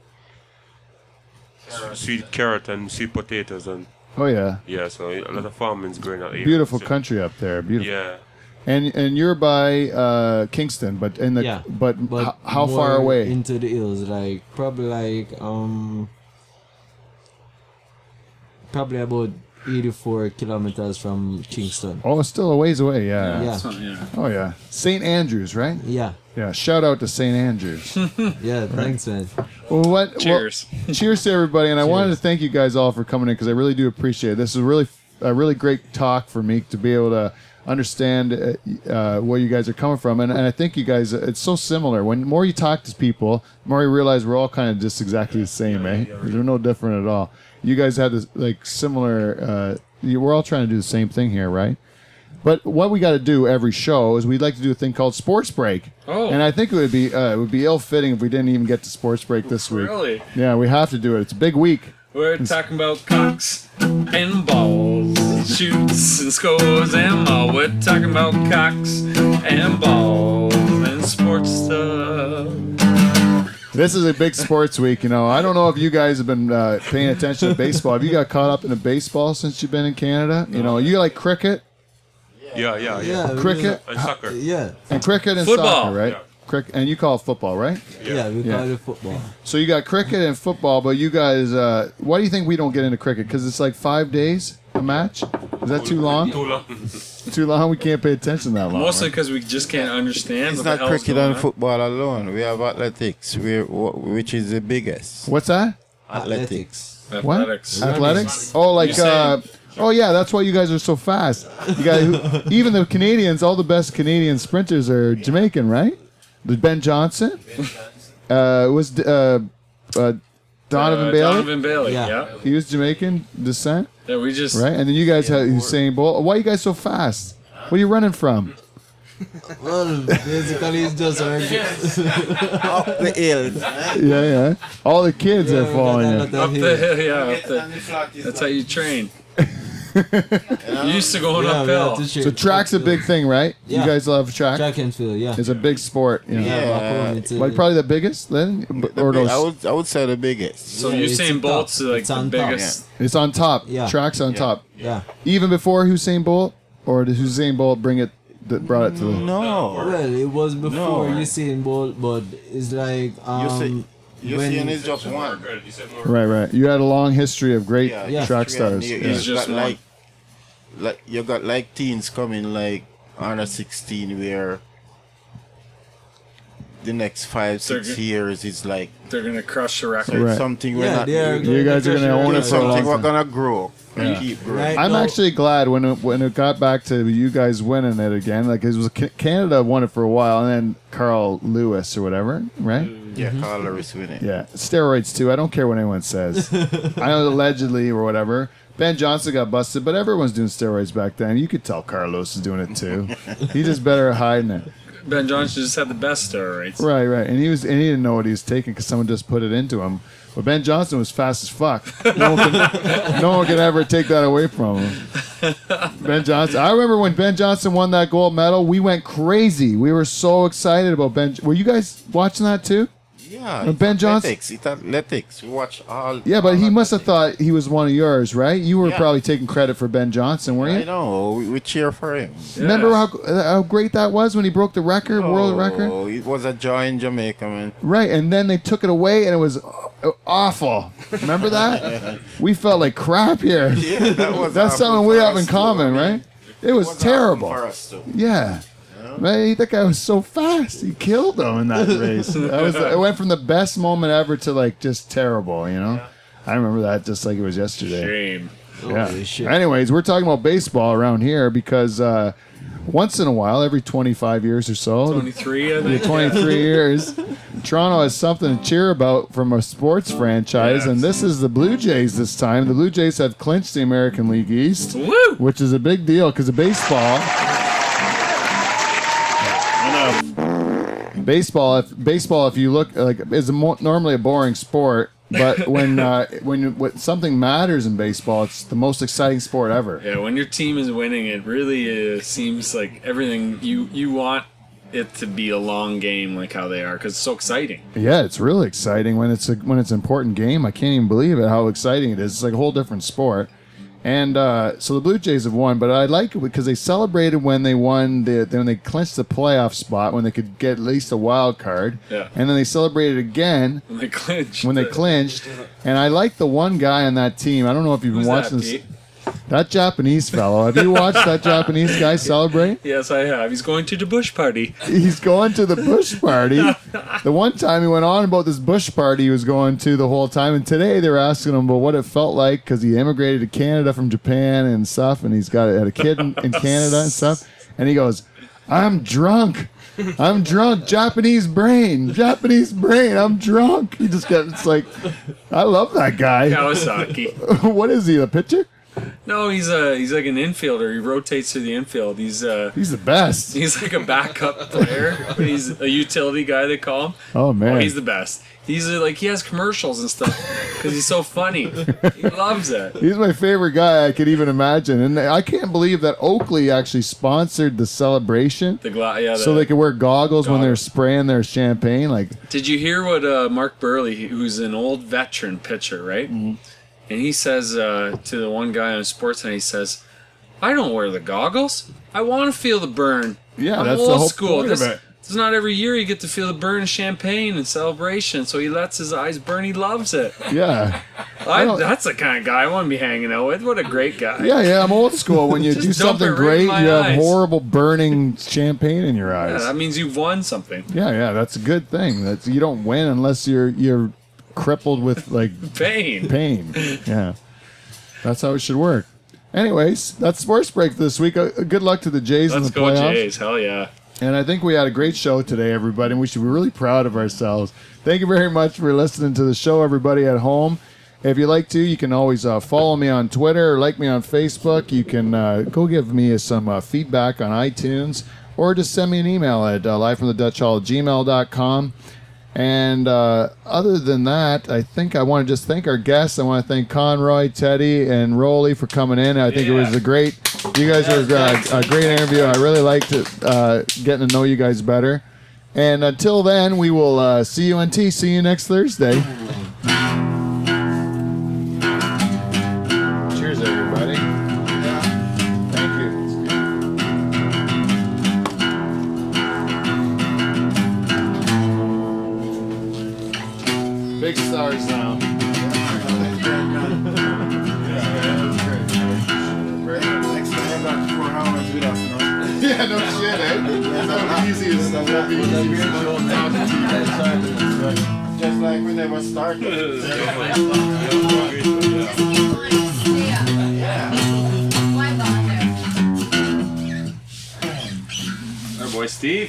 H: s- sweet carrot and sweet potatoes and
B: Oh yeah,
H: yeah. So a lot of farming's going out here.
B: beautiful
H: So-
B: country up there. Beautiful.
H: Yeah,
B: And and you're by uh, Kingston, but in the
G: Yeah,
B: but,
G: But
B: h- how
G: more
B: far away?
G: into the hills? Like probably like um probably about eighty four kilometers from Kingston.
B: oh, it's still a ways away. Yeah.
G: Yeah,
E: So, yeah.
B: Oh yeah, St. Andrews, right?
G: yeah,
B: Yeah. Shout out to St. Andrews.
G: yeah. Thanks, man.
B: Well, what? well,
E: Cheers.
B: *laughs* cheers to everybody, and I wanted to thank you guys all for coming in because I really do appreciate it. This is really a really great talk for me to be able to understand uh, uh, where you guys are coming from, and, and I think you guys uh, it's so similar. When the more you talk to people, the more you realize we're all kind of just exactly the same, eh? We're no different at all. You guys have this like similar. Uh, you, we're all trying to do the same thing here, right? But what we got to do every show is we'd like to do a thing called sports break.
E: Oh.
B: and I think it would be uh, it would be ill fitting if we didn't even get to sports break this week.
E: Really?
B: Yeah, we have to do it. It's a big week.
E: We're talking about cocks and balls, shoots and scores and all. We're talking about cocks and balls and sports stuff.
B: This is a big sports week. You know, I don't know if you guys have been uh, paying attention to baseball. Have you got caught up in the baseball since you've been in Canada? You know, you like cricket
H: yeah, yeah, yeah.
G: we-
B: Cricket?
H: And soccer.
G: Yeah,
B: and cricket and
E: Football.
B: soccer, right?
H: Yeah.
B: Cricket and you call it football, right?
G: yeah. We
B: Yeah.
G: call it football.
B: So you got cricket and football, but you guys, uh, why do you think we don't get into cricket? Because it's like five days a match. Is that too long?
H: Too long. *laughs*
B: Too long. We can't pay attention that long.
E: Mostly
B: right?
E: because we just can't understand.
A: It's
E: what the
A: not
E: hell's
A: cricket
E: going
A: and
E: on.
A: football alone. We have athletics, we which is the biggest.
B: What's that?
G: Athletics.
B: What?
E: Athletics. Uh,
B: Athletics? Oh, like
E: You're
B: uh, oh yeah, that's why you guys are so fast. You got even the Canadians, all the best Canadian sprinters are Jamaican, right? The Ben Johnson, uh, was uh, uh, Donovan
E: Uh,
B: Bailey.
E: Donovan Bailey. Yeah.
G: Yeah.
E: yeah.
B: He was Jamaican descent,
E: we just
B: right? And then you guys had Usain Bolt. Why are you guys so fast? What are you running from?
G: Well, basically, it's just our
A: The ill.
B: Yeah, yeah. All the kids are following you.
E: up the hill. Yeah. Up the, that's how you
B: *laughs*
E: train. you used to going
G: Yeah, we
E: uphill.
G: have to
B: So
G: cheer-
B: track's a big thing, right?
G: Yeah.
B: You guys love track.
G: Track and field, yeah.
B: It's a big sport. you know.
G: yeah, back home, it's a-
B: Like probably the biggest then, or
A: The big- I
B: those
A: would I would say the biggest.
E: So
G: Yeah,
E: you're
G: it's
E: saying
G: on
E: Bolt's
G: top.
E: like
G: It's
E: the
G: on top.
E: biggest.
B: It's on top.
G: Yeah.
B: Tracks on top.
G: yeah.
B: Even before Hussein Bolt, or did Hussein Bolt bring it that brought it to the
A: No.
G: Well, it was before
A: No.
G: Usain Bolt, but it's like
A: You see,
G: um,
A: you
G: when-
A: seeing it's just one.
B: right, right. You had a long history of great
A: Yeah,
G: Yeah.
B: track
A: Yeah,
B: stars.
A: You,
B: Yeah.
A: you
E: It's just
A: got
E: one.
A: like, like you got like teens coming like under sixteen where the next five six
E: They're g-
A: years is like
E: They're gonna crush the record.
B: Right.
A: something we're
G: yeah,
A: not
G: they are
A: doing.
B: You guys are
G: going to
B: gonna own
G: pressure
B: it
A: It's
B: for
G: right
B: a long
A: something we're
B: time.
A: gonna grow and keep growing.
G: Right
B: I'm
G: now-
B: actually glad when it, when it got back to you guys winning it again. Like it was Ca- Canada won it for a while, and then Carl Lewis or whatever, right?
A: Yeah,
G: Mm-hmm.
A: Carla is winning.
B: Yeah, steroids too. I don't care what anyone
A: *laughs*
B: says. I know allegedly or whatever. Ben Johnson got busted, but everyone's doing steroids back then. You could tell Carlos is doing it too. he just better at hiding it.
E: Ben Johnson just had the best steroids.
B: Right, right. And he was and he didn't know what he was taking because someone just put it into him. But Ben Johnson was fast as fuck. No one can, *laughs* no one can ever take that away from him. Ben Johnson. I remember when Ben Johnson won that gold medal, we went crazy. We were so excited about Ben. Were you guys watching that too?
A: Yeah,
B: And
A: it's
B: Ben Johnson-
A: Athletics. It's athletics. We watch all.
B: Yeah, but
A: all
B: he must have
A: athletics.
B: thought he was one of yours, right? You were
A: Yeah.
B: probably taking credit for Ben Johnson, weren't
A: I
B: you?
A: know. We, we cheer for him.
B: Remember
E: Yes.
B: how, how great that was when he broke the record, world record?
A: Oh, it was a joy in Jamaica, man. *laughs*
B: Right, and then they took it away, and it was uh, awful. Remember that? we felt like crap here.
A: *laughs* Yeah, that was.
B: That's something we have in common, right? It was
A: For
B: terrible.
A: us too.
B: Yeah. Right, that guy was so fast. He
A: *laughs*
B: killed them in that race. That was it went from the best moment ever to like just terrible, you know. I remember that just like it was yesterday.
D: Shame.
B: Yeah.
G: Holy shit.
B: Anyways, we're talking about baseball around here because uh, once in a while, every 25 years or so,
D: 23, I
B: the
D: think.
B: 23 years, Toronto has something to cheer about from a sports franchise, and this is the Blue Jays this time. The Blue Jays have clinched the American League East,
D: Woo!
B: which is a big deal because of baseball. Baseball, if baseball, if you look like, is a mo- normally a boring sport, but when uh, when, when something matters in baseball, it's the most exciting sport ever.
D: Yeah, when your team is winning, it really uh, seems like everything you you want it to be a long game, like how they are, because it's so exciting. *laughs*
B: Yeah, it's really exciting when it's a, when it's an important game. I can't even believe it how exciting it is. It's like a whole different sport. And uh, so the Blue Jays have won, but I like it because they celebrated when they won the when they clinched the playoff spot when they could get at least a wild card.
D: Yeah.
B: And then they celebrated again
D: When they clinch, Uh,
B: when they
D: the-
B: clinched. And I like the one guy on that team. I don't know if you've been
D: Who's that,
B: watching
D: Pete?
B: this, that Japanese fellow. Have you watched that Japanese guy celebrate?
D: Yes, I have. He's going to the bush party. *laughs*
B: he's going to the bush party. The one time he went on about this bush party he was going to the whole time, and today they were asking him about what it felt like because he immigrated to Canada from Japan and stuff, and he's got had a kid in, in Canada and stuff, and he goes, "I'm drunk." I'm drunk, Japanese brain, Japanese brain. I'm drunk. He just got. It's like, I love that guy.
D: Kawasaki.
B: *laughs* what is he? The pitcher?
D: no, he's a he's like an infielder. He rotates through the infield. He's uh
B: He's the best.
D: he's like a backup *laughs* player. He's a utility guy. They call him.
B: Oh man,
D: Oh, he's the best. He's uh, like he has commercials and stuff because he's so funny. He loves it.
B: He's my favorite guy I could even imagine. And I can't believe that Oakley actually sponsored the celebration
D: The gla- yeah. The,
B: so they could wear goggles when they're
D: Goggles.
B: spraying their champagne. Like,
D: Did you hear what uh, Mark Burley, who's an old veteran pitcher, right? Mm-hmm. And he says uh, to the one guy on Sportsnet, he says, "I don't wear the goggles. I want to feel the burn.
B: Yeah,
D: I'm
B: that's the
D: old
B: whole
D: school.
B: point of
D: This,
B: it."
D: this is not every year you get to feel the burn of champagne and celebration. So he lets his eyes burn. He loves
B: *laughs*
D: it.
B: yeah.
D: I,
B: don't-
D: that's the kind of guy I want to be hanging out with. What a great guy.
B: Yeah, yeah, I'm old school. When you
D: *laughs* Just
B: do
D: dump it
B: something
D: right
B: great,
D: in
B: you
D: my
B: have
D: eyes.
B: horrible burning champagne in your
D: Yeah,
B: eyes.
D: that means you've won something.
B: Yeah, yeah, that's a good thing. That's you don't win unless you're you're crippled with like
D: Pain.
B: pain. Yeah. That's how it should work. Anyways, that's sports break this week. Uh, good luck to the Jays in
D: Let's
B: the
D: go
B: playoffs.
D: Jays. Hell yeah.
B: And I think we had a great show today, everybody, and we should be really proud of ourselves. Thank you very much for listening to the show, everybody at home. If you like to, you can always uh, follow me on Twitter, like me on Facebook. You can uh, go give me some uh, feedback on iTunes, or just send me an email at uh, livefromthedutchhall at gmail.com. And uh, other than that, I think I want to just thank our guests. I want to thank Conroy, Teddy, and Rolly for coming in. I think it was a great, you guys were uh, a great interview. I really liked it, uh, getting to know you guys better. And until then, we will uh, see you on T. See you next Thursday. Cheers, everybody. Thank you. Big stars now.
A: Next time, about four hours with us, no?
B: yeah, no shit, eh? That's the easiest. That won't be easy.
A: Just like we never started.
I: Just keep going and stay up. Why bother?
J: Our boy Steve.